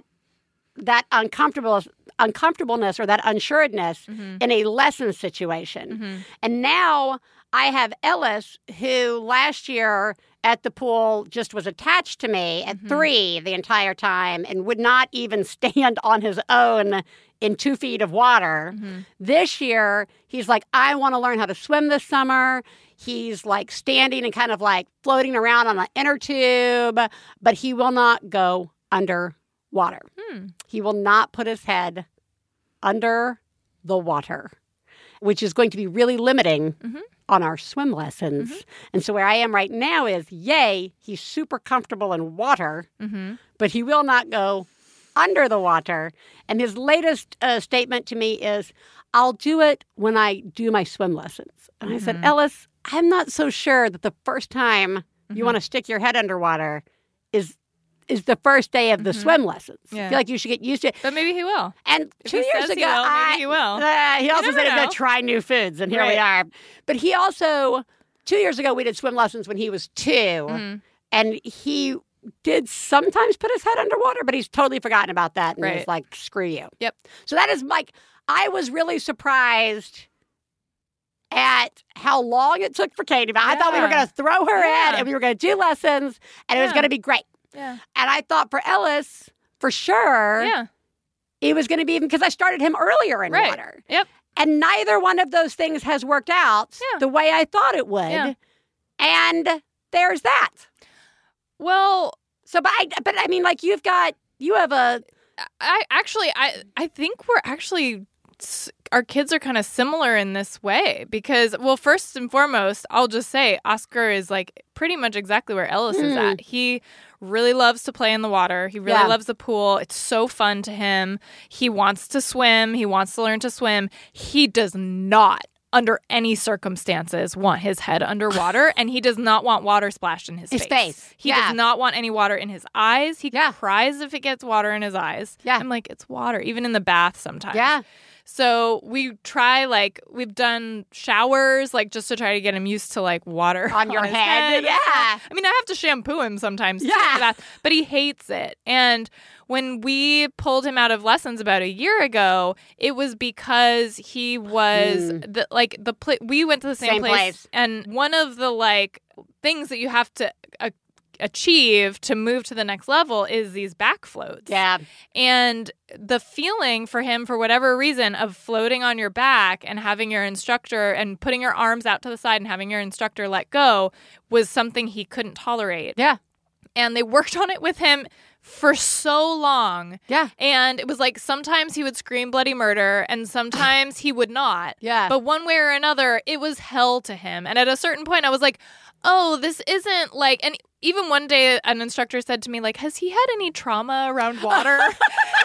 [SPEAKER 1] that uncomfortable uncomfortableness or that unsureness
[SPEAKER 2] Mhm.
[SPEAKER 1] in a lesson situation.
[SPEAKER 2] Mhm.
[SPEAKER 1] And now I have Ellis, who last year at the pool just was attached to me at
[SPEAKER 2] Mhm.
[SPEAKER 1] three the entire time and would not even stand on his own in two feet of water.
[SPEAKER 2] Mhm.
[SPEAKER 1] This year, he's like, I want to learn how to swim this summer. He's like standing and kind of like floating around on an inner tube, but he will not go underwater.
[SPEAKER 2] Hmm.
[SPEAKER 1] He will not put his head under the water, which is going to be really limiting
[SPEAKER 2] Mhm.
[SPEAKER 1] on our swim lessons. And so, where I am right now is yay, he's super comfortable in water,
[SPEAKER 2] Mhm.
[SPEAKER 1] but he will not go under the water. And his latest uh, statement to me is, I'll do it when I do my swim lessons. And I said,
[SPEAKER 2] Mhm.
[SPEAKER 1] Ellis, I'm not so sure that the first time you
[SPEAKER 2] Mhm.
[SPEAKER 1] want to stick your head underwater is is the first day of the swim lessons. I
[SPEAKER 2] Yeah.
[SPEAKER 1] feel like you should get used to it.
[SPEAKER 2] But maybe he will.
[SPEAKER 1] And
[SPEAKER 2] If
[SPEAKER 1] two
[SPEAKER 2] he
[SPEAKER 1] years
[SPEAKER 2] says
[SPEAKER 1] ago,
[SPEAKER 2] he will,
[SPEAKER 1] I,
[SPEAKER 2] maybe he will.
[SPEAKER 1] Uh, he also
[SPEAKER 2] never
[SPEAKER 1] said he's going
[SPEAKER 2] know.
[SPEAKER 1] to try new foods, and here we
[SPEAKER 2] Right.
[SPEAKER 1] are. But he also, two years ago, we did swim lessons when he was two,
[SPEAKER 2] Mm.
[SPEAKER 1] Mm-hmm. and he did sometimes put his head underwater, but he's totally forgotten about that and was
[SPEAKER 2] Right.
[SPEAKER 1] like, screw you.
[SPEAKER 2] Yep.
[SPEAKER 1] So that is Mike. I was really surprised at how long it took for Katie. I thought we were
[SPEAKER 2] Yeah.
[SPEAKER 1] going to throw her in
[SPEAKER 2] Yeah.
[SPEAKER 1] and we were going to do lessons, and it was
[SPEAKER 2] Yeah.
[SPEAKER 1] going to be great.
[SPEAKER 2] Yeah.
[SPEAKER 1] And I thought for Ellis, for sure,
[SPEAKER 2] Yeah.
[SPEAKER 1] it was going to be even because I started him earlier in
[SPEAKER 2] Right.
[SPEAKER 1] water.
[SPEAKER 2] Yep.
[SPEAKER 1] And neither one of those things has worked out
[SPEAKER 2] Yeah.
[SPEAKER 1] the way I thought it would.
[SPEAKER 2] Yeah.
[SPEAKER 1] And there's that.
[SPEAKER 2] Well,
[SPEAKER 1] So, but I, but I mean, like you've got, you have a,
[SPEAKER 2] I actually I I think we're actually s- our kids are kind of similar in this way because well first and foremost I'll just say Oscar is like pretty much exactly where Ellis is
[SPEAKER 1] Mm.
[SPEAKER 2] at. He really loves to play in the water. He really
[SPEAKER 1] Yeah.
[SPEAKER 2] loves the pool. It's so fun to him. He wants to swim. He wants to learn to swim. He does not under any circumstances want his head underwater and he does not want water splashed in his,
[SPEAKER 1] His face.
[SPEAKER 2] He
[SPEAKER 1] Yeah.
[SPEAKER 2] does not want any water in his eyes. He
[SPEAKER 1] Yeah.
[SPEAKER 2] cries if it gets water in his eyes.
[SPEAKER 1] Yeah.
[SPEAKER 2] I'm like, it's water, even in the bath sometimes.
[SPEAKER 1] yeah,
[SPEAKER 2] So we try like we've done showers, like just to try to get him used to like water
[SPEAKER 1] on your
[SPEAKER 2] his
[SPEAKER 1] head.
[SPEAKER 2] and
[SPEAKER 1] Yeah.
[SPEAKER 2] I mean, I have to shampoo him sometimes. too,
[SPEAKER 1] Yeah.
[SPEAKER 2] for that, but he hates it. And when we pulled him out of lessons about a year ago, it was because he was the, like the pla- we went to the
[SPEAKER 1] Same
[SPEAKER 2] same,
[SPEAKER 1] place.
[SPEAKER 2] and one of the like things that you have to a- achieve to move to the next level is these back floats.
[SPEAKER 1] Yeah.
[SPEAKER 2] And the feeling for him, for whatever reason, of floating on your back and having your instructor and putting your arms out to the side and having your instructor let go was something he couldn't tolerate.
[SPEAKER 1] Yeah.
[SPEAKER 2] And they worked on it with him for so long.
[SPEAKER 1] Yeah.
[SPEAKER 2] And it was like sometimes he would scream bloody murder and sometimes he would not.
[SPEAKER 1] Yeah.
[SPEAKER 2] But one way or another, it was hell to him. And at a certain point, I was like, oh, this isn't like. And even one day, an instructor said to me, like, has he had any trauma around water? and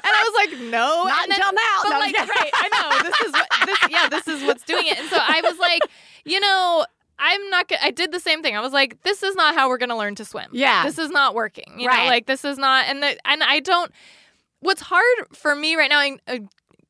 [SPEAKER 2] I was like, no.
[SPEAKER 1] Not
[SPEAKER 2] oh, and then-
[SPEAKER 1] until now.
[SPEAKER 2] But
[SPEAKER 1] No,
[SPEAKER 2] like,
[SPEAKER 1] yeah.
[SPEAKER 2] right, I know this is what this. Yeah, this is what's doing it. And so I was like, you know. I'm not. Gonna, I did the same thing. I was like, "This is not how we're going to learn to swim.
[SPEAKER 1] Yeah.
[SPEAKER 2] this is not working. You
[SPEAKER 1] Right.
[SPEAKER 2] know, like this is not." And the, and I don't. What's hard for me right now, and uh,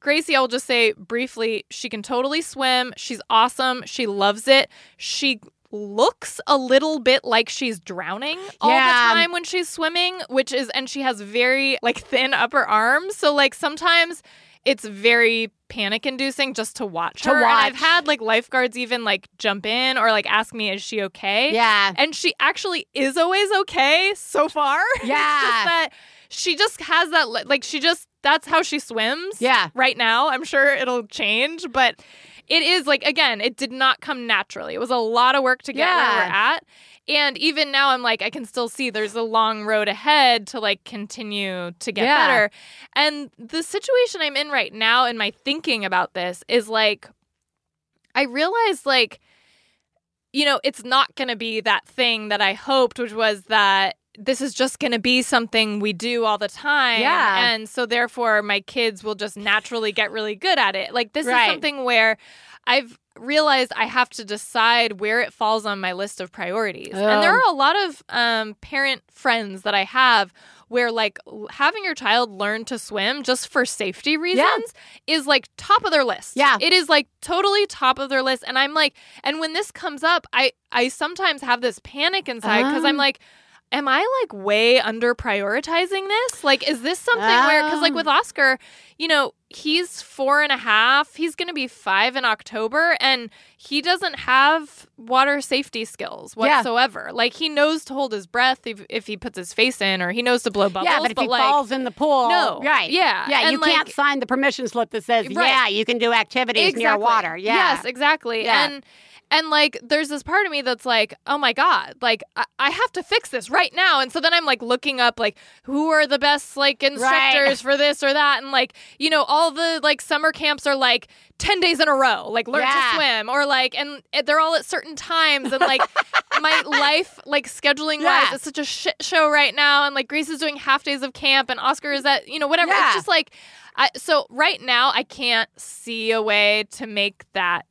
[SPEAKER 2] Gracie, I'll just say briefly, she can totally swim. She's awesome. She loves it. She looks a little bit like she's drowning all
[SPEAKER 1] Yeah.
[SPEAKER 2] the time when she's swimming, which is, and she has very like thin upper arms. So, like, sometimes it's very panic inducing just to watch
[SPEAKER 1] To
[SPEAKER 2] her. And I've
[SPEAKER 1] watch.
[SPEAKER 2] had like lifeguards even like jump in or like ask me, is she okay?
[SPEAKER 1] Yeah.
[SPEAKER 2] And she actually is always okay so far. It's just
[SPEAKER 1] Yeah.
[SPEAKER 2] that she just has that, li- like, she just, that's how she swims
[SPEAKER 1] Yeah.
[SPEAKER 2] right now. I'm sure it'll change, but it is like again, it did not come naturally. It was a lot of work to get where
[SPEAKER 1] Yeah.
[SPEAKER 2] we're at. And even now I'm like I can still see there's a long road ahead to like continue to get
[SPEAKER 1] Yeah.
[SPEAKER 2] better. And the situation I'm in right now in my thinking about this is like I realize like you know, it's not going to be that thing that I hoped, which was that this is just going to be something we do all the time.
[SPEAKER 1] Yeah.
[SPEAKER 2] And so, therefore, my kids will just naturally get really good at it. Like, this
[SPEAKER 1] Right.
[SPEAKER 2] is something where I've realized I have to decide where it falls on my list of priorities.
[SPEAKER 1] Oh.
[SPEAKER 2] And there are a lot of um, parent friends that I have where, like, l- having your child learn to swim just for safety reasons is like top of their list.
[SPEAKER 1] Yeah.
[SPEAKER 2] It is like totally top of their list. And I'm like, and when this comes up, I I sometimes have this panic inside because I'm
[SPEAKER 1] Oh.
[SPEAKER 2] like, am I like way under prioritizing this? Like, is this something where because like
[SPEAKER 1] Oh.
[SPEAKER 2] with Oscar, you know, he's four and a half, he's gonna be five in October, and he doesn't have water safety skills
[SPEAKER 1] Yeah.
[SPEAKER 2] whatsoever. Like he knows to hold his breath if, if he puts his face in, or he knows to blow bubbles.
[SPEAKER 1] yeah, but if he
[SPEAKER 2] like
[SPEAKER 1] falls in the pool,
[SPEAKER 2] No.
[SPEAKER 1] right?
[SPEAKER 2] Yeah.
[SPEAKER 1] yeah.
[SPEAKER 2] And,
[SPEAKER 1] you
[SPEAKER 2] like-
[SPEAKER 1] can't sign the permission slip that says,
[SPEAKER 2] Right.
[SPEAKER 1] "Yeah, you can do activities near water." Yeah,
[SPEAKER 2] Yes, exactly.
[SPEAKER 1] Yeah.
[SPEAKER 2] And and like there's this part of me that's like, oh my God, like I, I have to fix this right now. And so then I'm like looking up like who are the best like instructors for this or that and like, you know, all the like summer camps are like ten days in a row, like learn
[SPEAKER 1] Yeah.
[SPEAKER 2] to swim or like and they're all at certain times and like my life like scheduling
[SPEAKER 1] Yeah.
[SPEAKER 2] wise it's such a shit show right now and like Grace is doing half days of camp and Oscar is at you know whatever
[SPEAKER 1] Yeah.
[SPEAKER 2] it's just like I, so right now I can't see a way to make that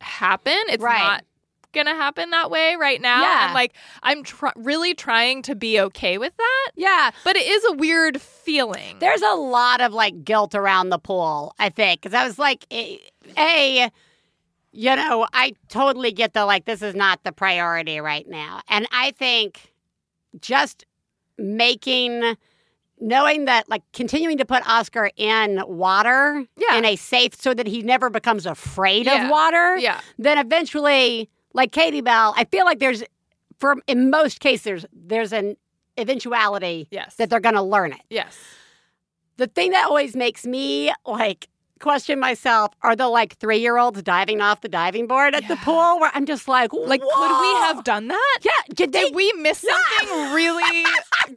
[SPEAKER 2] happen. It's
[SPEAKER 1] Right.
[SPEAKER 2] not gonna happen that way right now.
[SPEAKER 1] Yeah.
[SPEAKER 2] And like I'm tr- really trying to be okay with that,
[SPEAKER 1] Yeah.
[SPEAKER 2] but it is a weird feeling.
[SPEAKER 1] There's a lot of like guilt around the pool, I think, because I was like, eh, A, you know, I totally get the like, this is not the priority right now. And I think just making, knowing that, like, continuing to put Oscar in water
[SPEAKER 2] Yeah.
[SPEAKER 1] in a safe so that he never becomes afraid
[SPEAKER 2] Yeah.
[SPEAKER 1] of water,
[SPEAKER 2] yeah.
[SPEAKER 1] then eventually, like Katie Bell, I feel like there's, for in most cases, there's an eventuality
[SPEAKER 2] Yes.
[SPEAKER 1] that they're going to learn it
[SPEAKER 2] yes.
[SPEAKER 1] the thing that always makes me like question myself are the like three year olds diving off the diving board at the
[SPEAKER 2] Yeah.
[SPEAKER 1] pool where I'm just like,
[SPEAKER 2] Like, could we
[SPEAKER 1] "Whoa."
[SPEAKER 2] have done that?
[SPEAKER 1] Yeah, did they?
[SPEAKER 2] Did we miss
[SPEAKER 1] Yeah.
[SPEAKER 2] something really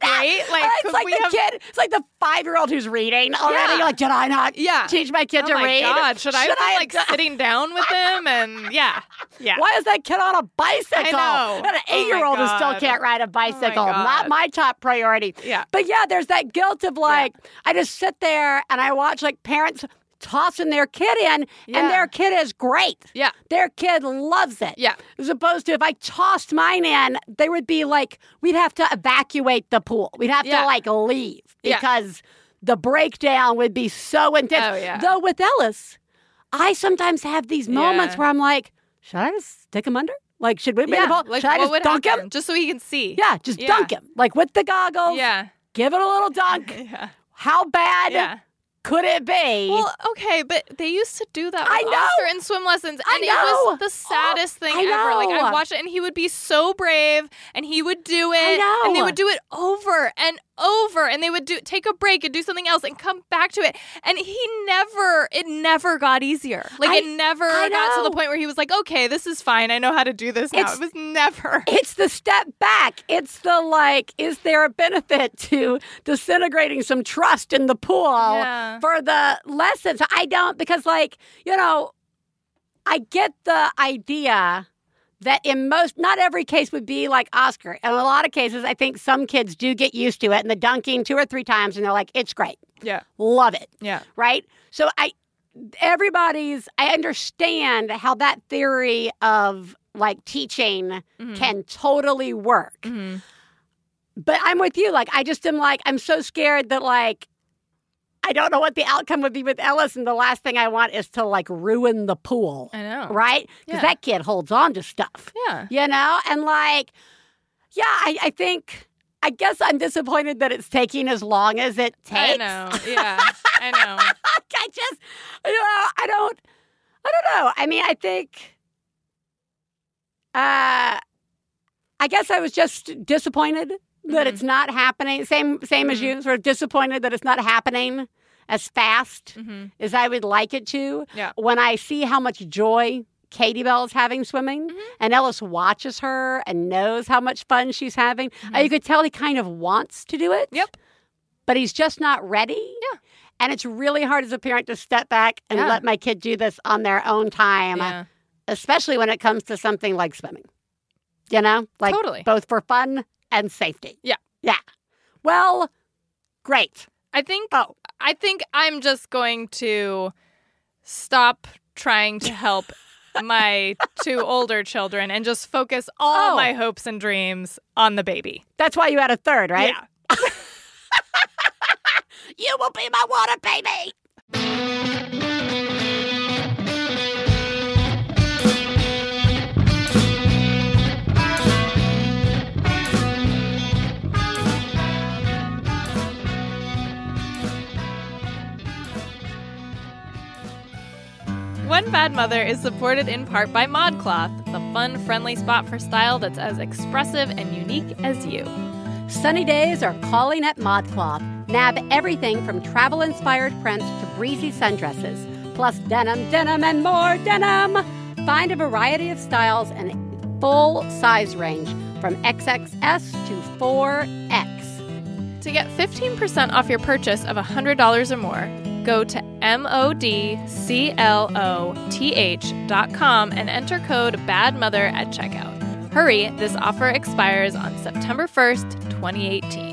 [SPEAKER 2] great? Like,
[SPEAKER 1] it's
[SPEAKER 2] could
[SPEAKER 1] like
[SPEAKER 2] we
[SPEAKER 1] the
[SPEAKER 2] have?
[SPEAKER 1] kid. It's like the five year old who's reading already.
[SPEAKER 2] Yeah.
[SPEAKER 1] You're like, did I not
[SPEAKER 2] Yeah.
[SPEAKER 1] teach my kid
[SPEAKER 2] oh
[SPEAKER 1] to
[SPEAKER 2] my
[SPEAKER 1] read?
[SPEAKER 2] god! Should, I have been
[SPEAKER 1] have
[SPEAKER 2] like
[SPEAKER 1] done-
[SPEAKER 2] sitting down with them and yeah, yeah.
[SPEAKER 1] Why is that kid on a bicycle?
[SPEAKER 2] know.
[SPEAKER 1] And an
[SPEAKER 2] Oh my
[SPEAKER 1] eight year old who still
[SPEAKER 2] God. Oh
[SPEAKER 1] can't ride a bicycle.
[SPEAKER 2] God.
[SPEAKER 1] Not my top priority.
[SPEAKER 2] Yeah.
[SPEAKER 1] But yeah, there's that guilt of like, I just sit there and I watch like parents tossing their kid in,
[SPEAKER 2] Yeah.
[SPEAKER 1] and their kid is great.
[SPEAKER 2] Yeah.
[SPEAKER 1] Their kid loves it.
[SPEAKER 2] Yeah.
[SPEAKER 1] As opposed to if I tossed mine in, they would be like, we'd have to evacuate the pool. We'd have
[SPEAKER 2] Yeah.
[SPEAKER 1] to like leave
[SPEAKER 2] Yeah.
[SPEAKER 1] because the breakdown would be so intense.
[SPEAKER 2] Oh, yeah.
[SPEAKER 1] Though with Ellis, I sometimes have these moments
[SPEAKER 2] Yeah.
[SPEAKER 1] where I'm like, should I just stick him under? Like, should we make the ball?
[SPEAKER 2] Like,
[SPEAKER 1] should I
[SPEAKER 2] what
[SPEAKER 1] just
[SPEAKER 2] would
[SPEAKER 1] dunk
[SPEAKER 2] happen?
[SPEAKER 1] him?
[SPEAKER 2] Just so he can see.
[SPEAKER 1] Yeah, just
[SPEAKER 2] Yeah.
[SPEAKER 1] dunk him. Like with the goggles,
[SPEAKER 2] Yeah.
[SPEAKER 1] give it a little dunk.
[SPEAKER 2] Yeah.
[SPEAKER 1] How bad
[SPEAKER 2] Yeah.
[SPEAKER 1] could it be?
[SPEAKER 2] Well, okay, but they used to do that with
[SPEAKER 1] I know.
[SPEAKER 2] Oscar in swim lessons, and
[SPEAKER 1] I
[SPEAKER 2] it was
[SPEAKER 1] know.
[SPEAKER 2] the saddest thing
[SPEAKER 1] I
[SPEAKER 2] ever. Like I
[SPEAKER 1] know.
[SPEAKER 2] watched it, and he would be so brave, and he would do it, and they
[SPEAKER 1] know.
[SPEAKER 2] would do it over and over, and they would do take a break and do something else, and come back to it, and he never, it never got easier. Like
[SPEAKER 1] I-
[SPEAKER 2] it never
[SPEAKER 1] I
[SPEAKER 2] got to the
[SPEAKER 1] know.
[SPEAKER 2] point where he was like, okay, this is fine, I know how to do this now.
[SPEAKER 1] It's-
[SPEAKER 2] it was never.
[SPEAKER 1] it's the step back. It's the like, is there a benefit to disintegrating some trust in the pool
[SPEAKER 2] Yeah.
[SPEAKER 1] for the lessons? I don't, because like, you know, I get the idea that in most, not every case would be like Oscar. In a lot of cases, I think some kids do get used to it and the dunking two or three times and they're like, it's great.
[SPEAKER 2] Yeah,
[SPEAKER 1] Love it
[SPEAKER 2] yeah,
[SPEAKER 1] right? So I everybody's I understand how that theory of like teaching
[SPEAKER 2] Mhm.
[SPEAKER 1] can totally work.
[SPEAKER 2] Mhm.
[SPEAKER 1] But I'm with you like I just am like I'm so scared that like I don't know what the outcome would be with Ellis and the last thing I want is to like ruin the pool,
[SPEAKER 2] I know.
[SPEAKER 1] right? Cuz
[SPEAKER 2] Yeah.
[SPEAKER 1] that kid holds on to stuff
[SPEAKER 2] Yeah,
[SPEAKER 1] you know and like yeah I, I think i guess i'm disappointed that it's taking as long as it
[SPEAKER 2] I
[SPEAKER 1] takes
[SPEAKER 2] know. Yeah, I know.
[SPEAKER 1] i just you know i don't i don't know i mean i think uh i guess i was just disappointed that
[SPEAKER 2] Mhm.
[SPEAKER 1] it's not happening same same as you sort of disappointed that it's not happening as fast
[SPEAKER 2] hmm
[SPEAKER 1] as I would like it to.
[SPEAKER 2] Yeah.
[SPEAKER 1] When I see how much joy Katie Bell is having swimming,
[SPEAKER 2] Mhm.
[SPEAKER 1] and Ellis watches her and knows how much fun she's having,
[SPEAKER 2] Mm-hmm.
[SPEAKER 1] uh, you could tell he kind of wants to do it.
[SPEAKER 2] Yep.
[SPEAKER 1] But he's just not ready.
[SPEAKER 2] Yeah.
[SPEAKER 1] And it's really hard as a parent to step back and
[SPEAKER 2] Yeah.
[SPEAKER 1] let my kid do this on their own time, uh,
[SPEAKER 2] Yeah.
[SPEAKER 1] especially when it comes to something like swimming. You know, like
[SPEAKER 2] Totally.
[SPEAKER 1] both for fun and safety.
[SPEAKER 2] Yeah.
[SPEAKER 1] Yeah. Well, great.
[SPEAKER 2] I think
[SPEAKER 1] Oh,
[SPEAKER 2] I think I'm just going to stop trying to help my two older children and just focus all
[SPEAKER 1] Oh.
[SPEAKER 2] my hopes and dreams on the baby.
[SPEAKER 1] that's why you had a third, right?
[SPEAKER 2] Yeah.
[SPEAKER 1] You will be my water baby.
[SPEAKER 2] One Bad Mother is supported in part by ModCloth, the fun, friendly spot for style that's as expressive and unique as you.
[SPEAKER 1] Sunny days are calling at ModCloth. Nab everything from travel inspired prints to breezy sundresses, plus denim, denim, and more denim. Find a variety of styles and full size range from XXS to 4X.
[SPEAKER 2] To get 15% off your purchase of $100 or more, go to modcloth.com and enter code BADMOTHER at checkout. Hurry, this offer expires on September 1st, 2018.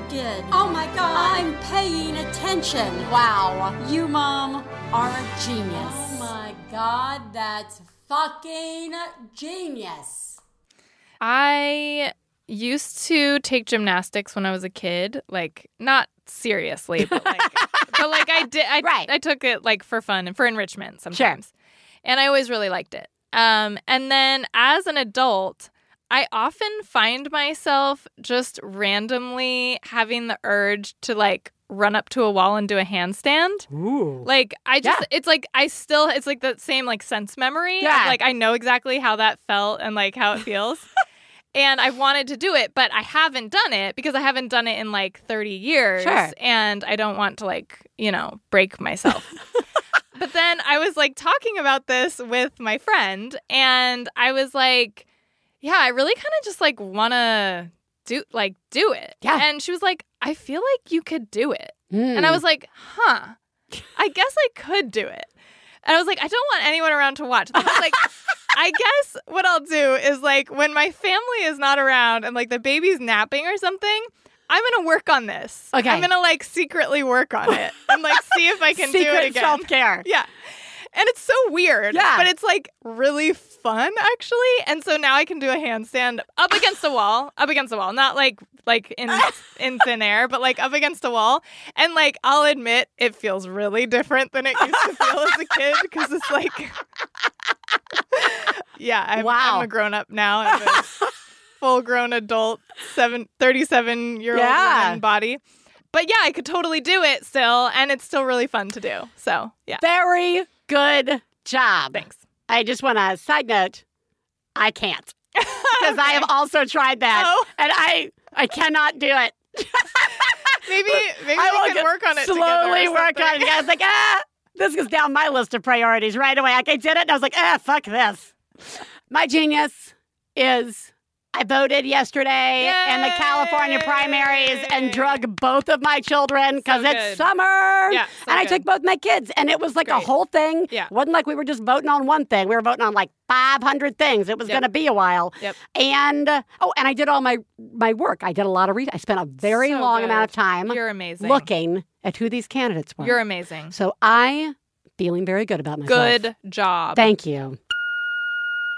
[SPEAKER 4] did.
[SPEAKER 5] Oh my god.
[SPEAKER 4] I'm paying attention.
[SPEAKER 5] Wow.
[SPEAKER 4] You, Mom, are a genius.
[SPEAKER 5] Oh my god, that's fucking genius.
[SPEAKER 2] I used to take gymnastics when I was a kid, like not seriously, but like, but like I did. I,
[SPEAKER 1] Right.
[SPEAKER 2] I took it like for fun and for enrichment sometimes, and I always really liked it. Um, and then as an adult, I often find myself just randomly having the urge to like run up to a wall and do a handstand.
[SPEAKER 1] Ooh.
[SPEAKER 2] Like I just it's like I still it's like that same like sense memory. of,
[SPEAKER 1] Yeah.
[SPEAKER 2] Like I know exactly how that felt and like how it feels. and I've wanted to do it, but I haven't done it because I haven't done it in like 30 years.
[SPEAKER 1] Sure.
[SPEAKER 2] And I don't want to like, you know, break myself. but then I was like talking about this with my friend and I was like, yeah, I really kind of just like want to do like do it.
[SPEAKER 1] Yeah.
[SPEAKER 2] And she was like, I feel like you could do it.
[SPEAKER 1] Hmm.
[SPEAKER 2] And I was like, huh, I guess I could do it. And I was like, I don't want anyone around to watch. And I was like, I guess what I'll do is like when my family is not around and like the baby's napping or something, I'm gonna work on this.
[SPEAKER 1] Okay.
[SPEAKER 2] I'm gonna like secretly work on it and like see if I can do it
[SPEAKER 1] Secret
[SPEAKER 2] again.
[SPEAKER 1] self care.
[SPEAKER 2] Yeah. And it's so weird.
[SPEAKER 1] Yeah.
[SPEAKER 2] But it's like really fun actually. And so now I can do a handstand up against a wall. Up against a wall. Not like like in in thin air, but like up against a wall. And like I'll admit it feels really different than it used to feel as a kid because it's like Yeah, I'm,
[SPEAKER 1] Wow.
[SPEAKER 2] I'm a grown up now. I have a full grown adult, seven, 37 year old
[SPEAKER 1] Yeah.
[SPEAKER 2] woman body. But yeah, I could totally do it still, and it's still really fun to do. So yeah.
[SPEAKER 1] Very good job.
[SPEAKER 2] Thanks.
[SPEAKER 1] I just want to side note I can't because I have also tried that
[SPEAKER 2] Oh.
[SPEAKER 1] and I I cannot do it.
[SPEAKER 2] Maybe maybe
[SPEAKER 1] I
[SPEAKER 2] we
[SPEAKER 1] will
[SPEAKER 2] can
[SPEAKER 1] get-
[SPEAKER 2] work on it
[SPEAKER 1] slowly
[SPEAKER 2] together or
[SPEAKER 1] work on it.
[SPEAKER 2] something.
[SPEAKER 1] I was like, ah, this goes down my list of priorities right away. Like, I did it, and I was like, ah, fuck this. My genius is I voted yesterday in the California primaries and
[SPEAKER 2] Yay.
[SPEAKER 1] drug both of my children because
[SPEAKER 2] So
[SPEAKER 1] it's
[SPEAKER 2] good.
[SPEAKER 1] summer.
[SPEAKER 2] Yeah, so
[SPEAKER 1] and I
[SPEAKER 2] good.
[SPEAKER 1] took both my kids, and it was like a
[SPEAKER 2] Great.
[SPEAKER 1] whole thing.
[SPEAKER 2] Yeah.
[SPEAKER 1] wasn't like we were just voting on one thing. We were voting on like 500 things. It was
[SPEAKER 2] Yep.
[SPEAKER 1] going to be a while.
[SPEAKER 2] Yep.
[SPEAKER 1] And uh, oh, and I did all my my work. I did a lot of research. I spent a very
[SPEAKER 2] So
[SPEAKER 1] long
[SPEAKER 2] good.
[SPEAKER 1] amount of time
[SPEAKER 2] You're amazing.
[SPEAKER 1] looking at who these candidates were.
[SPEAKER 2] You're amazing.
[SPEAKER 1] so I feeling very good about myself.
[SPEAKER 2] Good job.
[SPEAKER 1] Thank you.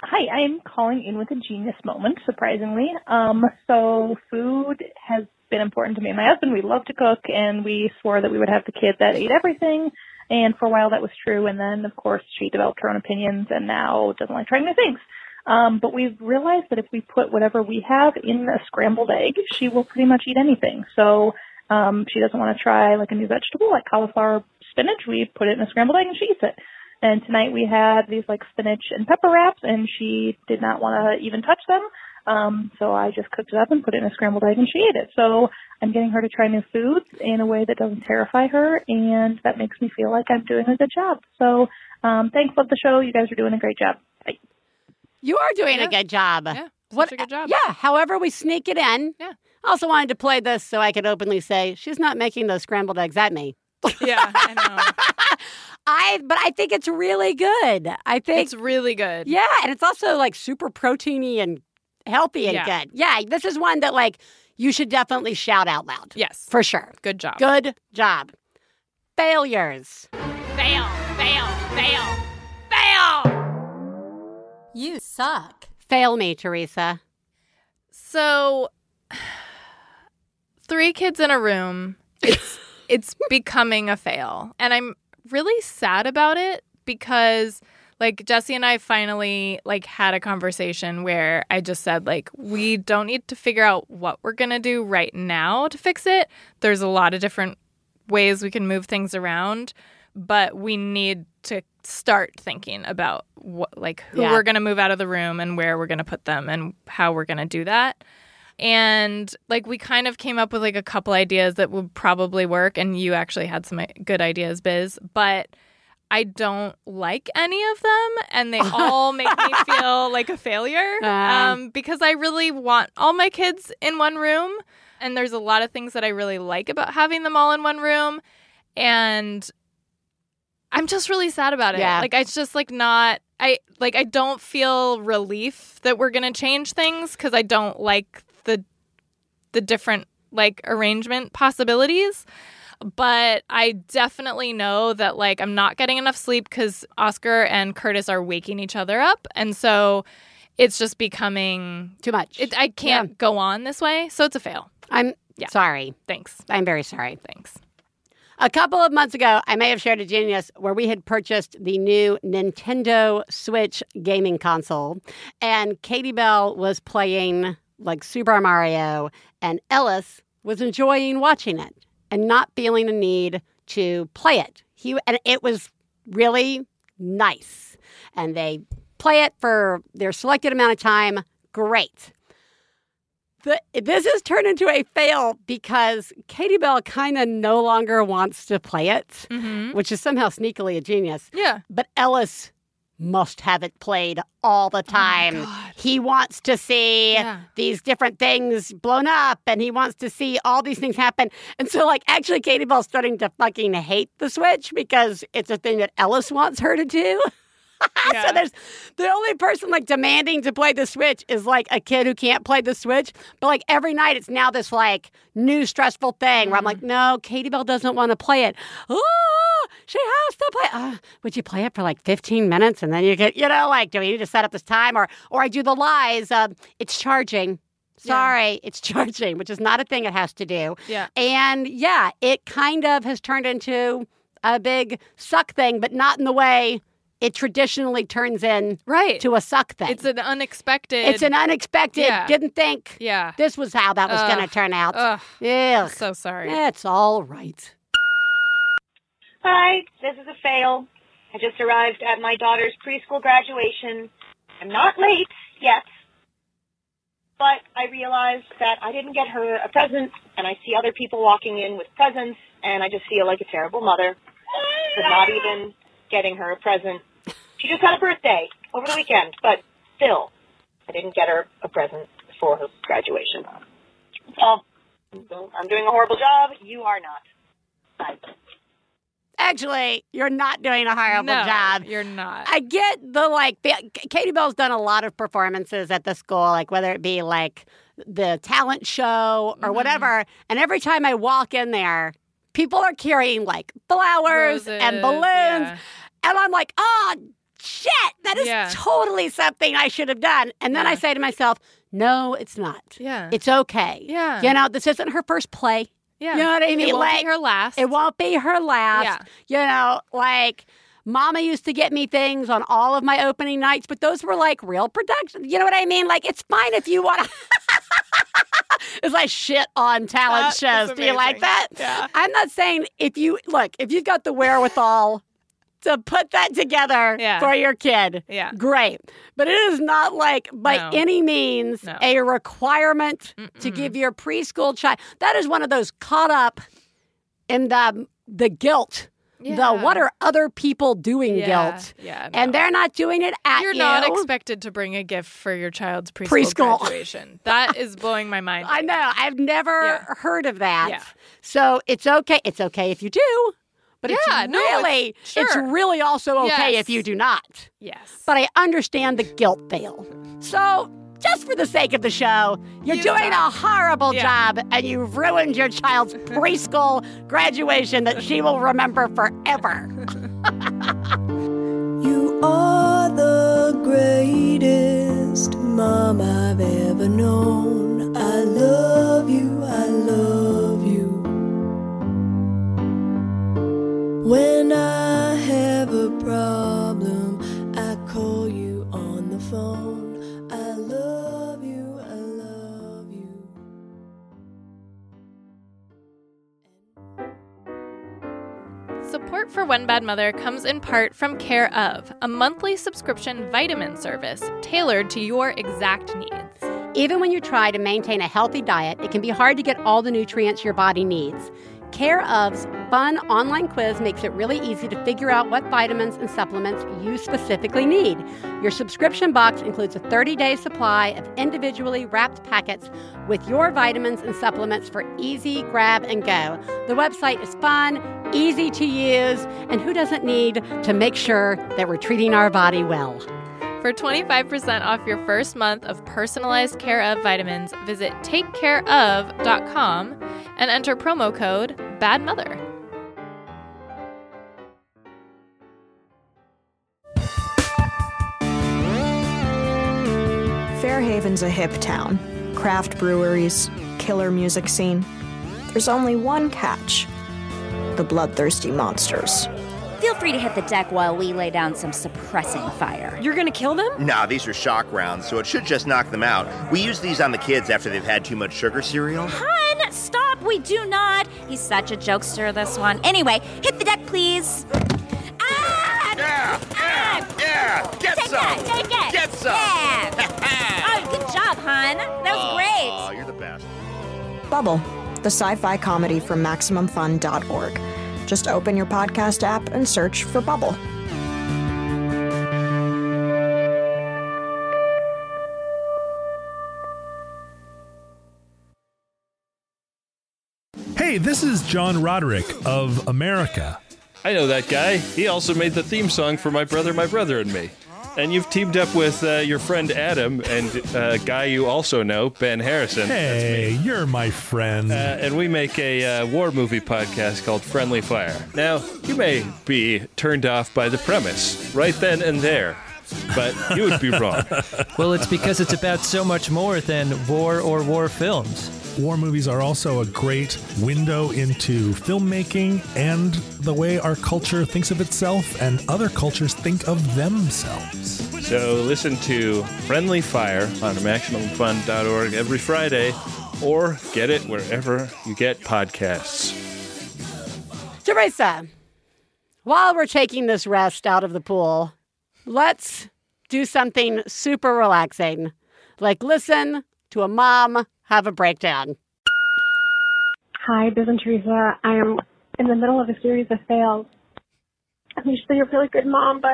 [SPEAKER 6] Hi, I'm calling in with a genius moment, surprisingly. Um, so food has been important to me and my husband. We love to cook and we swore that we would have the kid that ate everything. And for a while that was true. And then of course she developed her own opinions and now doesn't like trying new things. Um, but we've realized that if we put whatever we have in a scrambled egg, she will pretty much eat anything. So um, she doesn't want to try like a new vegetable like cauliflower spinach. We put it in a scrambled egg and she eats it. And tonight we had these like spinach and pepper wraps, and she did not want to even touch them. Um, so I just cooked it up and put it in a scrambled egg, and she ate it. So I'm getting her to try new foods in a way that doesn't terrify her, and that makes me feel like I'm doing a good job. So um, thanks, love the show. You guys are doing a great job. Bye.
[SPEAKER 1] You are doing a
[SPEAKER 2] Yeah.
[SPEAKER 1] good job.
[SPEAKER 2] Yeah.
[SPEAKER 1] What-
[SPEAKER 2] Such a good job.
[SPEAKER 1] Yeah. However, we sneak it in.
[SPEAKER 2] Yeah.
[SPEAKER 1] I also wanted to play this so I could openly say she's not making those scrambled eggs at me.
[SPEAKER 2] Yeah, I know.
[SPEAKER 1] I but I think it's really good. I think
[SPEAKER 2] It's really good.
[SPEAKER 1] yeah, and it's also like super proteiny and healthy and
[SPEAKER 2] Yeah.
[SPEAKER 1] good. Yeah, this is one that like you should definitely shout out loud
[SPEAKER 2] Yes.
[SPEAKER 1] for sure.
[SPEAKER 2] Good job.
[SPEAKER 1] Good job. Failures.
[SPEAKER 2] Fail. Fail. Fail. Fail.
[SPEAKER 4] You suck.
[SPEAKER 1] Fail me, Teresa.
[SPEAKER 2] So three kids in a room. It's it's becoming a fail. And I'm really sad about it because like Jesse and I finally like had a conversation where I just said like we don't need to figure out what we're going to do right now to fix it. There's a lot of different ways we can move things around, but we need to start thinking about what like who
[SPEAKER 1] Yeah.
[SPEAKER 2] we're going to move out of the room and where we're going to put them and how we're going to do that. And like we kind of came up with like a couple ideas that would probably work and you actually had some i- good ideas, Biz, but I don't like any of them and they all make me feel like a failure
[SPEAKER 1] Ah.
[SPEAKER 2] um, because I really want all my kids in one room and there's a lot of things that I really like about having them all in one room and I'm just really sad about it.
[SPEAKER 1] Yeah.
[SPEAKER 2] Like it's just like not I like I don't feel relief that we're going to change things cuz I don't like the the different like arrangement possibilities. But I definitely know that like I'm not getting enough sleep cuz Oscar and Curtis are waking each other up and so it's just becoming
[SPEAKER 1] Too much.
[SPEAKER 2] it, I can't go on this way, so it's a fail.
[SPEAKER 1] I'm
[SPEAKER 2] Yeah.
[SPEAKER 1] sorry.
[SPEAKER 2] Thanks.
[SPEAKER 1] I'm very sorry.
[SPEAKER 2] Thanks.
[SPEAKER 1] A couple of months ago, I may have shared a genius where we had purchased the new Nintendo Switch gaming console, and Katie Bell was playing like Super Mario, and Ellis was enjoying watching it and not feeling a need to play it. He and it was really nice, and they play it for their selected amount of time. Great. The, this has turned into a fail because Katie Bell kind of no longer wants to play it,
[SPEAKER 2] Mm-hmm.
[SPEAKER 1] which is somehow sneakily a genius.
[SPEAKER 2] Yeah.
[SPEAKER 1] But Ellis must have it played all the time. he wants to see
[SPEAKER 2] Oh Yeah.
[SPEAKER 1] these different things blown up and he wants to see all these things happen. And so, like, actually, Katie Bell's starting to fucking hate the Switch because it's a thing that Ellis wants her to do.
[SPEAKER 2] Yeah.
[SPEAKER 1] So there's the only person like demanding to play the Switch is like a kid who can't play the Switch. But like every night, it's now this like new stressful thing where I'm like, no, Katie Bell doesn't want to play it. Oh, she has to play. Uh, would you play it for like 15 minutes and then you get, you know, like, do we need to set up this time or or I do the lies? Um, it's charging. Sorry, it's charging, which is not a thing it has to do.
[SPEAKER 2] Yeah.
[SPEAKER 1] And yeah, it kind of has turned into a big suck thing, but not in the way it traditionally turns in
[SPEAKER 2] Right.
[SPEAKER 1] to a suck thing.
[SPEAKER 2] It's an unexpected.
[SPEAKER 1] It's an unexpected,
[SPEAKER 2] Yeah.
[SPEAKER 1] didn't think
[SPEAKER 2] Yeah.
[SPEAKER 1] this was how that was
[SPEAKER 2] Ugh.
[SPEAKER 1] going to turn out.
[SPEAKER 2] Ugh.
[SPEAKER 1] Ugh.
[SPEAKER 2] So sorry.
[SPEAKER 1] That's all right.
[SPEAKER 7] Hi, this is a fail. I just arrived at my daughter's preschool graduation. I'm not late yet, but I realized that I didn't get her a present, and I see other people walking in with presents, and I just feel like a terrible mother for not even getting her a present. She just had a birthday over the weekend, but still, I didn't get her a present for her graduation. So, I'm doing a horrible job. You are not. Bye.
[SPEAKER 1] Actually, you're not doing a horrible
[SPEAKER 2] no,
[SPEAKER 1] job.
[SPEAKER 2] You're not.
[SPEAKER 1] I get the like. Be- Katie Bell's done a lot of performances at the school, like whether it be like the talent show
[SPEAKER 2] Mm-hmm.
[SPEAKER 1] or whatever. And every time I walk in there, people are carrying like flowers and
[SPEAKER 2] Roses,
[SPEAKER 1] balloons,
[SPEAKER 2] yeah.
[SPEAKER 1] and I'm like, oh shit, that is
[SPEAKER 2] Yeah.
[SPEAKER 1] totally something I should have done. And then I
[SPEAKER 2] Yeah.
[SPEAKER 1] say to myself, no, it's not.
[SPEAKER 2] Yeah.
[SPEAKER 1] It's okay.
[SPEAKER 2] Yeah.
[SPEAKER 1] You know, this isn't her first play.
[SPEAKER 2] yeah.
[SPEAKER 1] You know what I
[SPEAKER 2] It
[SPEAKER 1] mean?
[SPEAKER 2] won't
[SPEAKER 1] like
[SPEAKER 2] be her last.
[SPEAKER 1] it won't be her last. You know, like Mama used to get me things on all of my opening nights, but those were like real productions. You know what I mean? Like it's fine if you want to. It's like shit on talent
[SPEAKER 2] That is
[SPEAKER 1] shows. Do you like
[SPEAKER 2] amazing.
[SPEAKER 1] that?
[SPEAKER 2] Yeah.
[SPEAKER 1] I'm not saying if you look, if you've got the wherewithal to put that together
[SPEAKER 2] Yeah.
[SPEAKER 1] for your kid,
[SPEAKER 2] Yeah.
[SPEAKER 1] great. But it is not like by
[SPEAKER 2] No.
[SPEAKER 1] any means
[SPEAKER 2] No.
[SPEAKER 1] a requirement to
[SPEAKER 2] Mm-mm.
[SPEAKER 1] give your preschool child. That is one of those caught up in the the guilt,
[SPEAKER 2] Yeah.
[SPEAKER 1] the what are other people doing
[SPEAKER 2] Yeah.
[SPEAKER 1] guilt,
[SPEAKER 2] Yeah. no.
[SPEAKER 1] and they're not doing it at
[SPEAKER 2] You're
[SPEAKER 1] you.
[SPEAKER 2] not expected to bring a gift for your child's preschool,
[SPEAKER 1] Preschool.
[SPEAKER 2] graduation. That is blowing my mind.
[SPEAKER 1] I know. I've never
[SPEAKER 2] Yeah.
[SPEAKER 1] heard of that.
[SPEAKER 2] Yeah.
[SPEAKER 1] So it's okay. It's okay if you do, but
[SPEAKER 2] Yeah,
[SPEAKER 1] it's
[SPEAKER 2] no, it's-
[SPEAKER 1] really, it's
[SPEAKER 2] sure.
[SPEAKER 1] really also okay
[SPEAKER 2] Yes.
[SPEAKER 1] if you do not.
[SPEAKER 2] Yes.
[SPEAKER 1] But I understand the guilt veil. So just for the sake of the show, you're
[SPEAKER 2] You
[SPEAKER 1] doing
[SPEAKER 2] suck.
[SPEAKER 1] a horrible
[SPEAKER 2] Yeah.
[SPEAKER 1] job and you've ruined your child's preschool graduation that she will remember forever.
[SPEAKER 8] You are the greatest mom I've ever known. I love you, I love you. When I have a problem, I call you on the phone. I love you, I love you.
[SPEAKER 2] Support for One Bad Mother comes in part from Care of, a monthly subscription vitamin service tailored to your exact needs.
[SPEAKER 1] Even when you try to maintain a healthy diet, it can be hard to get all the nutrients your body needs. Care of's fun online quiz makes it really easy to figure out what vitamins and supplements you specifically need. Your subscription box includes a 30 day supply of individually wrapped packets with your vitamins and supplements for easy grab and go. The website is fun, easy to use, and who doesn't need to make sure that we're treating our body well?
[SPEAKER 2] For 25% off your first month of personalized care of vitamins, visit takecareof.com and enter promo code BADMOTHER.
[SPEAKER 9] Fairhaven's a hip town. Craft breweries, killer music scene. There's only one catch the bloodthirsty monsters.
[SPEAKER 10] Feel free to hit the deck while we lay down some suppressing fire.
[SPEAKER 11] You're gonna kill them?
[SPEAKER 12] Nah, these are shock rounds, so it should just knock them out. We use these on the kids after they've had too much sugar cereal.
[SPEAKER 10] Hun, stop! We do not! He's such a jokester, this one. Anyway, hit the deck, please. Ah!
[SPEAKER 12] Yeah, yeah, yeah. Get
[SPEAKER 10] Take
[SPEAKER 12] some.
[SPEAKER 10] that, take it!
[SPEAKER 12] Get some.
[SPEAKER 10] Yeah! oh, good job, hun. That was
[SPEAKER 12] Aw,
[SPEAKER 10] great!
[SPEAKER 12] you're the best.
[SPEAKER 9] Bubble, the sci fi comedy from MaximumFun.org. Just open your podcast app and search for Bubble.
[SPEAKER 13] Hey, this is John Roderick of America.
[SPEAKER 14] I know that guy. He also made the theme song for My Brother, My Brother and Me. And you've teamed up with uh, your friend Adam and uh, guy you also know, Ben Harrison.
[SPEAKER 13] Hey, you're my friend.
[SPEAKER 14] Uh, and we make a uh, war movie podcast called Friendly Fire. Now, you may be turned off by the premise right then and there, but you would be wrong.
[SPEAKER 15] Well, it's because it's about so much more than war or war films.
[SPEAKER 13] War movies are also a great window into filmmaking and the way our culture thinks of itself and other cultures think of themselves.
[SPEAKER 14] So listen to Friendly Fire on MaximumFun.org every Friday, or get it wherever you get podcasts.
[SPEAKER 1] Teresa, while we're taking this rest out of the pool, let's do something super relaxing, like listen to a mom have a breakdown.
[SPEAKER 6] Hi, Biz and Teresa. I am in the middle of a series of fails. I'm usually a really good mom, but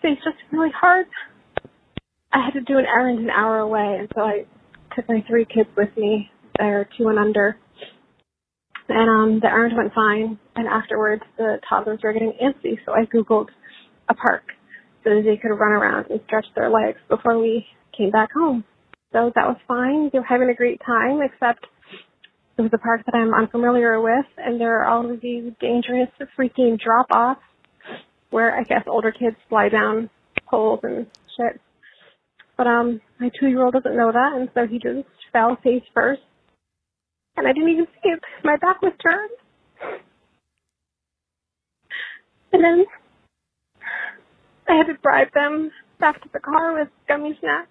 [SPEAKER 6] today's just really hard. I had to do an errand an hour away, and so I took my three kids with me. They're two and under. And um, the errand went fine, and afterwards the toddlers were getting antsy, so I Googled a park so that they could run around and stretch their legs before we came back home. So that was fine. They were having a great time, except it was a park that I'm unfamiliar with, and there are all of these dangerous freaking drop offs where I guess older kids slide down holes and shit. But um, my two year old doesn't know that, and so he just fell face first, and I didn't even see it. My back was turned, and then I had to bribe them back to the car with gummy snacks.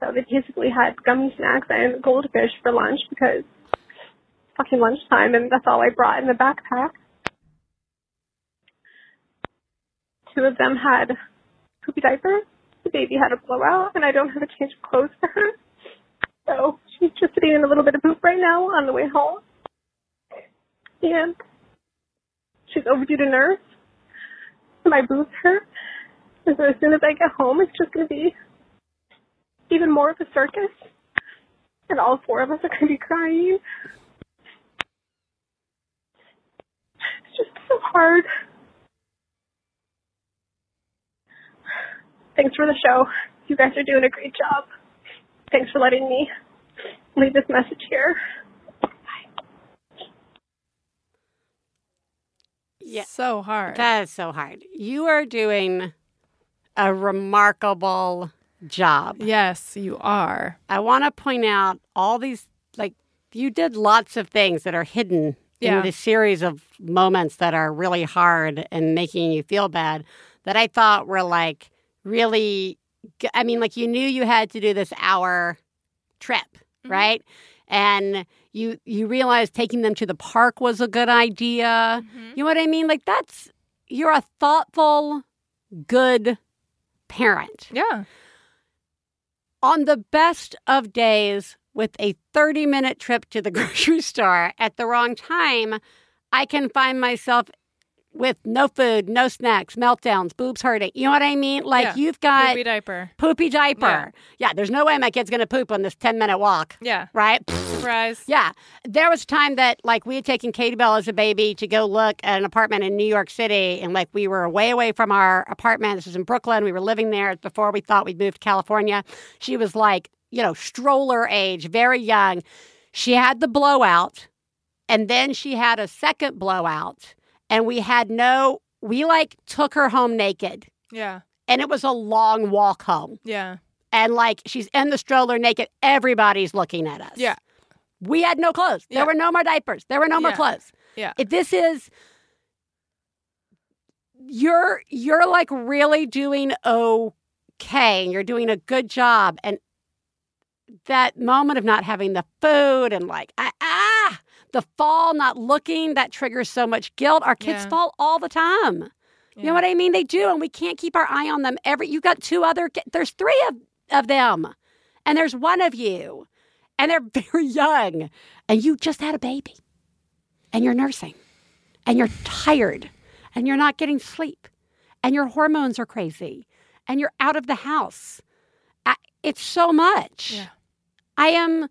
[SPEAKER 6] So they basically had gummy snacks and goldfish for lunch because fucking lunchtime, and that's all I brought in the backpack. Two of them had poopy diapers. The baby had a blowout, and I don't have a change of clothes for her. So she's just sitting in a little bit of poop right now on the way home. And she's overdue to nurse. My boobs hurt. And so as soon as I get home, it's just going to be even more of a circus. And all four of us are going to be crying. It's just so hard. Thanks for the show. You guys are doing a great job. Thanks for letting me leave this message here.
[SPEAKER 1] Yeah.
[SPEAKER 2] So hard.
[SPEAKER 1] That is so hard. You are doing a remarkable job.
[SPEAKER 2] yes, you are.
[SPEAKER 1] I want to point out all these, like, you did lots of things that are hidden
[SPEAKER 2] Yeah.
[SPEAKER 1] in this series of moments that are really hard and making you feel bad that I thought were like really, g- I mean, like, you knew you had to do this hour trip, right? And you you realized taking them to the park was a good idea. You know what I mean? Like that's you're a thoughtful, good parent.
[SPEAKER 2] Yeah.
[SPEAKER 1] on the best of days with a 30 minute trip to the grocery store at the wrong time, I can find myself with no food, no snacks, meltdowns, boobs hurting. You know what I mean? Like
[SPEAKER 2] Yeah.
[SPEAKER 1] you've got
[SPEAKER 2] Poopy diaper.
[SPEAKER 1] poopy diaper. Yeah. there's no way my kid's going to poop on this 10 minute walk.
[SPEAKER 2] Yeah.
[SPEAKER 1] Right?
[SPEAKER 2] Surprise.
[SPEAKER 1] Yeah. There was a time that, like, we had taken Katie Bell as a baby to go look at an apartment in New York City. And, like, we were way away from our apartment. This was in Brooklyn. We were living there before we thought we'd moved to California. She was, like, you know, stroller age, very young. She had the blowout. And then she had a second blowout. And we had no, we, like, took her home naked.
[SPEAKER 2] Yeah.
[SPEAKER 1] And it was a long walk home
[SPEAKER 2] Yeah.
[SPEAKER 1] and like she's in the stroller naked. Everybody's looking at us.
[SPEAKER 2] Yeah.
[SPEAKER 1] We had no clothes. There
[SPEAKER 2] Yeah.
[SPEAKER 1] were no more diapers. There were no more
[SPEAKER 2] Yeah.
[SPEAKER 1] clothes.
[SPEAKER 2] Yeah.
[SPEAKER 1] If this is you're you're like really doing okay and you're doing a good job and that moment of not having the food and like ah, ah the fall not looking that triggers so much guilt our kids
[SPEAKER 2] Yeah.
[SPEAKER 1] fall all the time you know what i mean they do and we can't keep our eye on them every you got two other ki- there's three of, of them and there's one of you and they're very young and you just had a baby and you're nursing and you're tired and you're not getting sleep and your hormones are crazy and you're out of the house I, it's so much i am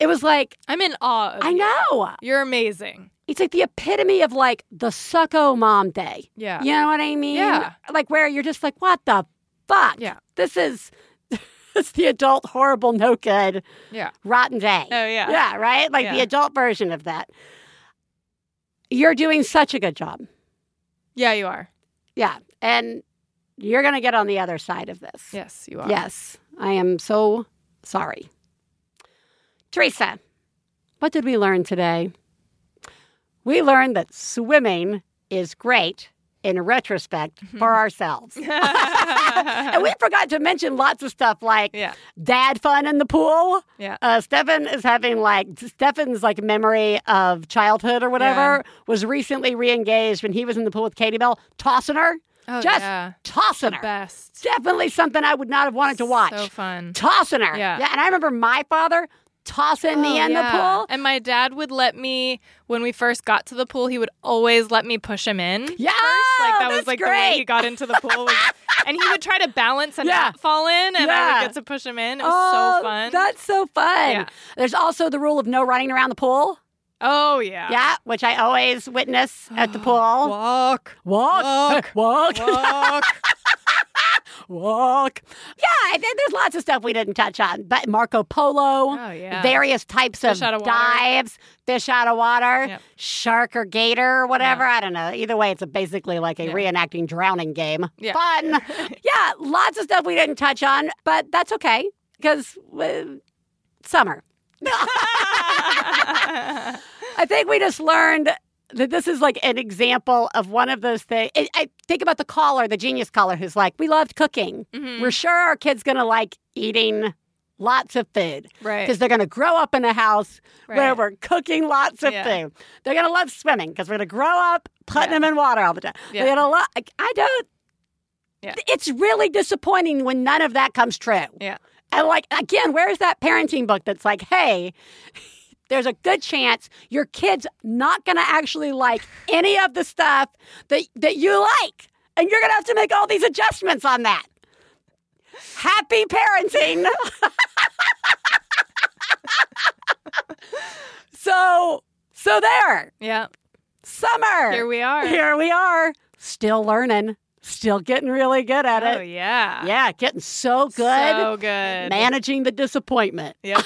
[SPEAKER 1] it was like
[SPEAKER 2] i'm in awe of
[SPEAKER 1] i
[SPEAKER 2] you.
[SPEAKER 1] know
[SPEAKER 2] You're amazing.
[SPEAKER 1] it's like the epitome of like the sucko mom day
[SPEAKER 2] Yeah.
[SPEAKER 1] you know what i mean
[SPEAKER 2] Yeah.
[SPEAKER 1] like where you're just like what the fuck yeah this is it's the adult horrible no good
[SPEAKER 2] Yeah.
[SPEAKER 1] rotten day
[SPEAKER 2] Oh, yeah.
[SPEAKER 1] yeah right like the
[SPEAKER 2] Yeah.
[SPEAKER 1] adult version of that you're doing such a good job
[SPEAKER 2] Yeah, you are.
[SPEAKER 1] yeah. And you're going to get on the other side of this.
[SPEAKER 2] Yes, you are.
[SPEAKER 1] Yes. I am so sorry. Teresa, what did we learn today? We learned that swimming is great in retrospect
[SPEAKER 2] Mm-hmm.
[SPEAKER 1] for ourselves. and we forgot to mention lots of stuff like dad fun in the pool.
[SPEAKER 2] Yeah.
[SPEAKER 1] Uh, Stefan is having like Stefan's like memory of childhood or whatever was recently re-engaged when he was in the pool with Katie Bell, tossing her.
[SPEAKER 2] Oh,
[SPEAKER 1] Just
[SPEAKER 2] yeah.
[SPEAKER 1] tossing her.
[SPEAKER 2] Best.
[SPEAKER 1] Definitely something I would not have wanted to watch.
[SPEAKER 2] So fun.
[SPEAKER 1] Tossing her.
[SPEAKER 2] Yeah.
[SPEAKER 1] And I remember my father tossing me
[SPEAKER 2] Oh,
[SPEAKER 1] in the
[SPEAKER 2] yeah.
[SPEAKER 1] pool.
[SPEAKER 2] And my dad would let me when we first got to the pool, he would always let me push him in.
[SPEAKER 1] Yeah.
[SPEAKER 2] Like that was
[SPEAKER 1] that's
[SPEAKER 2] like the
[SPEAKER 1] great.
[SPEAKER 2] way he got into the pool was- and he would try to balance and
[SPEAKER 1] Yeah.
[SPEAKER 2] not fall in and I
[SPEAKER 1] Yeah.
[SPEAKER 2] would get to push him in. It was
[SPEAKER 1] oh,
[SPEAKER 2] so fun.
[SPEAKER 1] That's so fun.
[SPEAKER 2] Yeah.
[SPEAKER 1] There's also the rule of no running around the pool.
[SPEAKER 2] Oh yeah.
[SPEAKER 1] Yeah, which I always witness at the pool. Walk. Walk. Walk. Walk. Walk. Yeah, and then there's lots of stuff we didn't touch on. But Marco Polo,
[SPEAKER 2] Oh, yeah.
[SPEAKER 1] various types
[SPEAKER 2] Fish
[SPEAKER 1] of,
[SPEAKER 2] out of water.
[SPEAKER 1] dives, fish out of water, shark or gator or whatever. I don't know. Either way, it's a basically like a reenacting drowning game.
[SPEAKER 2] Yeah.
[SPEAKER 1] Fun. yeah, lots of stuff we didn't touch on, but that's okay because summer. I think we just learned that this is like an example of one of those things. I, I think about the caller, the genius caller, who's like, "We loved cooking.
[SPEAKER 2] Mm-hmm.
[SPEAKER 1] We're sure our kids gonna like eating lots of food,
[SPEAKER 2] Right.
[SPEAKER 1] Because they're gonna grow up in a house where
[SPEAKER 2] Right.
[SPEAKER 1] we're cooking lots of
[SPEAKER 2] Yeah.
[SPEAKER 1] food. They're gonna love swimming because we're gonna grow up putting them in water all the time.
[SPEAKER 2] Yeah.
[SPEAKER 1] They're gonna love. I don't. It's really disappointing when none of that comes true.
[SPEAKER 2] Yeah.
[SPEAKER 1] And like again, where's that parenting book that's like, hey, there's a good chance your kid's not gonna actually like any of the stuff that that you like. And you're gonna have to make all these adjustments on that. Happy parenting. so so there.
[SPEAKER 2] Yeah.
[SPEAKER 1] Summer.
[SPEAKER 2] Here we are.
[SPEAKER 1] Here we are. Still learning. Still getting really good at it.
[SPEAKER 2] Oh yeah.
[SPEAKER 1] Yeah, getting so good.
[SPEAKER 2] So good.
[SPEAKER 1] Managing the disappointment.
[SPEAKER 2] Yep.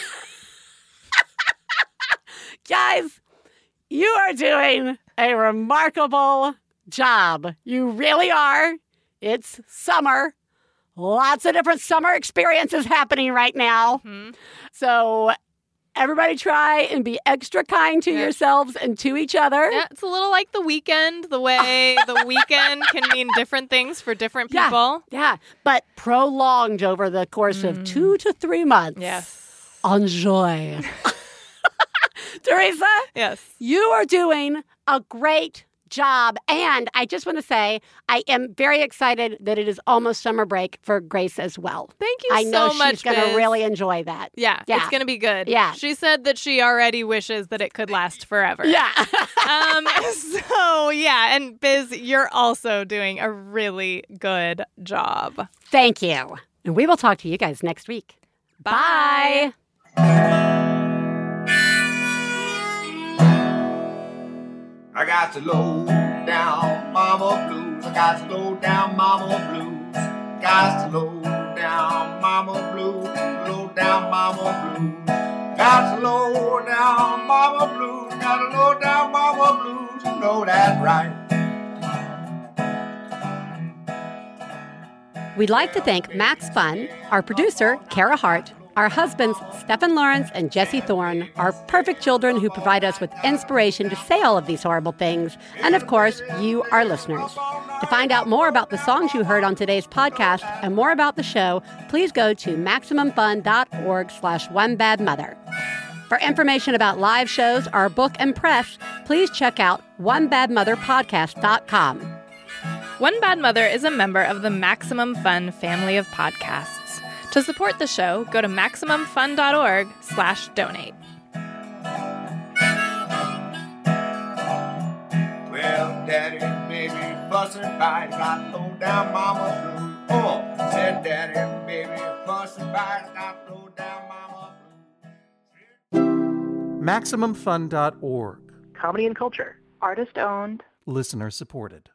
[SPEAKER 1] Guys, you are doing a remarkable job. You really are. It's summer. Lots of different summer experiences happening right now.
[SPEAKER 2] Hmm.
[SPEAKER 1] So everybody try and be extra kind to yourselves and to each other.
[SPEAKER 2] Yeah, it's a little like the weekend, the way the weekend can mean different things for different
[SPEAKER 1] Yeah,
[SPEAKER 2] people.
[SPEAKER 1] yeah, but prolonged over the course of two to three months.
[SPEAKER 2] Yes.
[SPEAKER 1] Enjoy. Teresa?
[SPEAKER 2] Yes.
[SPEAKER 1] You are doing a great job. And I just want to say I am very excited that it is almost summer break for Grace as well.
[SPEAKER 2] Thank you
[SPEAKER 1] I know
[SPEAKER 2] so much,
[SPEAKER 1] she's going
[SPEAKER 2] Biz.
[SPEAKER 1] to really enjoy that.
[SPEAKER 2] Yeah,
[SPEAKER 1] Yeah.
[SPEAKER 2] it's gonna be good.
[SPEAKER 1] Yeah.
[SPEAKER 2] she said that she already wishes that it could last forever.
[SPEAKER 1] Yeah.
[SPEAKER 2] um. So yeah, and Biz, you're also doing a really good job.
[SPEAKER 1] Thank you. And we will talk to you guys next week. Bye.
[SPEAKER 11] I got to low down mama blues. I got to low down mama blues. Got to low down mama blues. Low down mama blues. Got to low down mama blues. Got to low down mama blues. You know that right.
[SPEAKER 1] We'd like to thank Max Fun, our producer, Kara Hart, our husbands, Stefan Lawrence and Jesse Thorne, our perfect children who provide us with inspiration to say all of these horrible things, and of course, you, our listeners. To find out more about the songs you heard on today's podcast and more about the show, please go to MaximumFun.org slash One Bad Mother. For information about live shows, our book, and press, please check out OneBadMotherPodcast.com.
[SPEAKER 2] One Bad Mother is a member of the Maximum Fun family of podcasts. To support the show, go to maximumfun.org/donate.
[SPEAKER 11] Well, daddy may be bustin' by, got to low down mama blues. Oh, said daddy may be bustin' by, got to low down mama blues.
[SPEAKER 16] MaximumFun.org.
[SPEAKER 17] Comedy and culture. Artist owned.
[SPEAKER 16] Listener supported.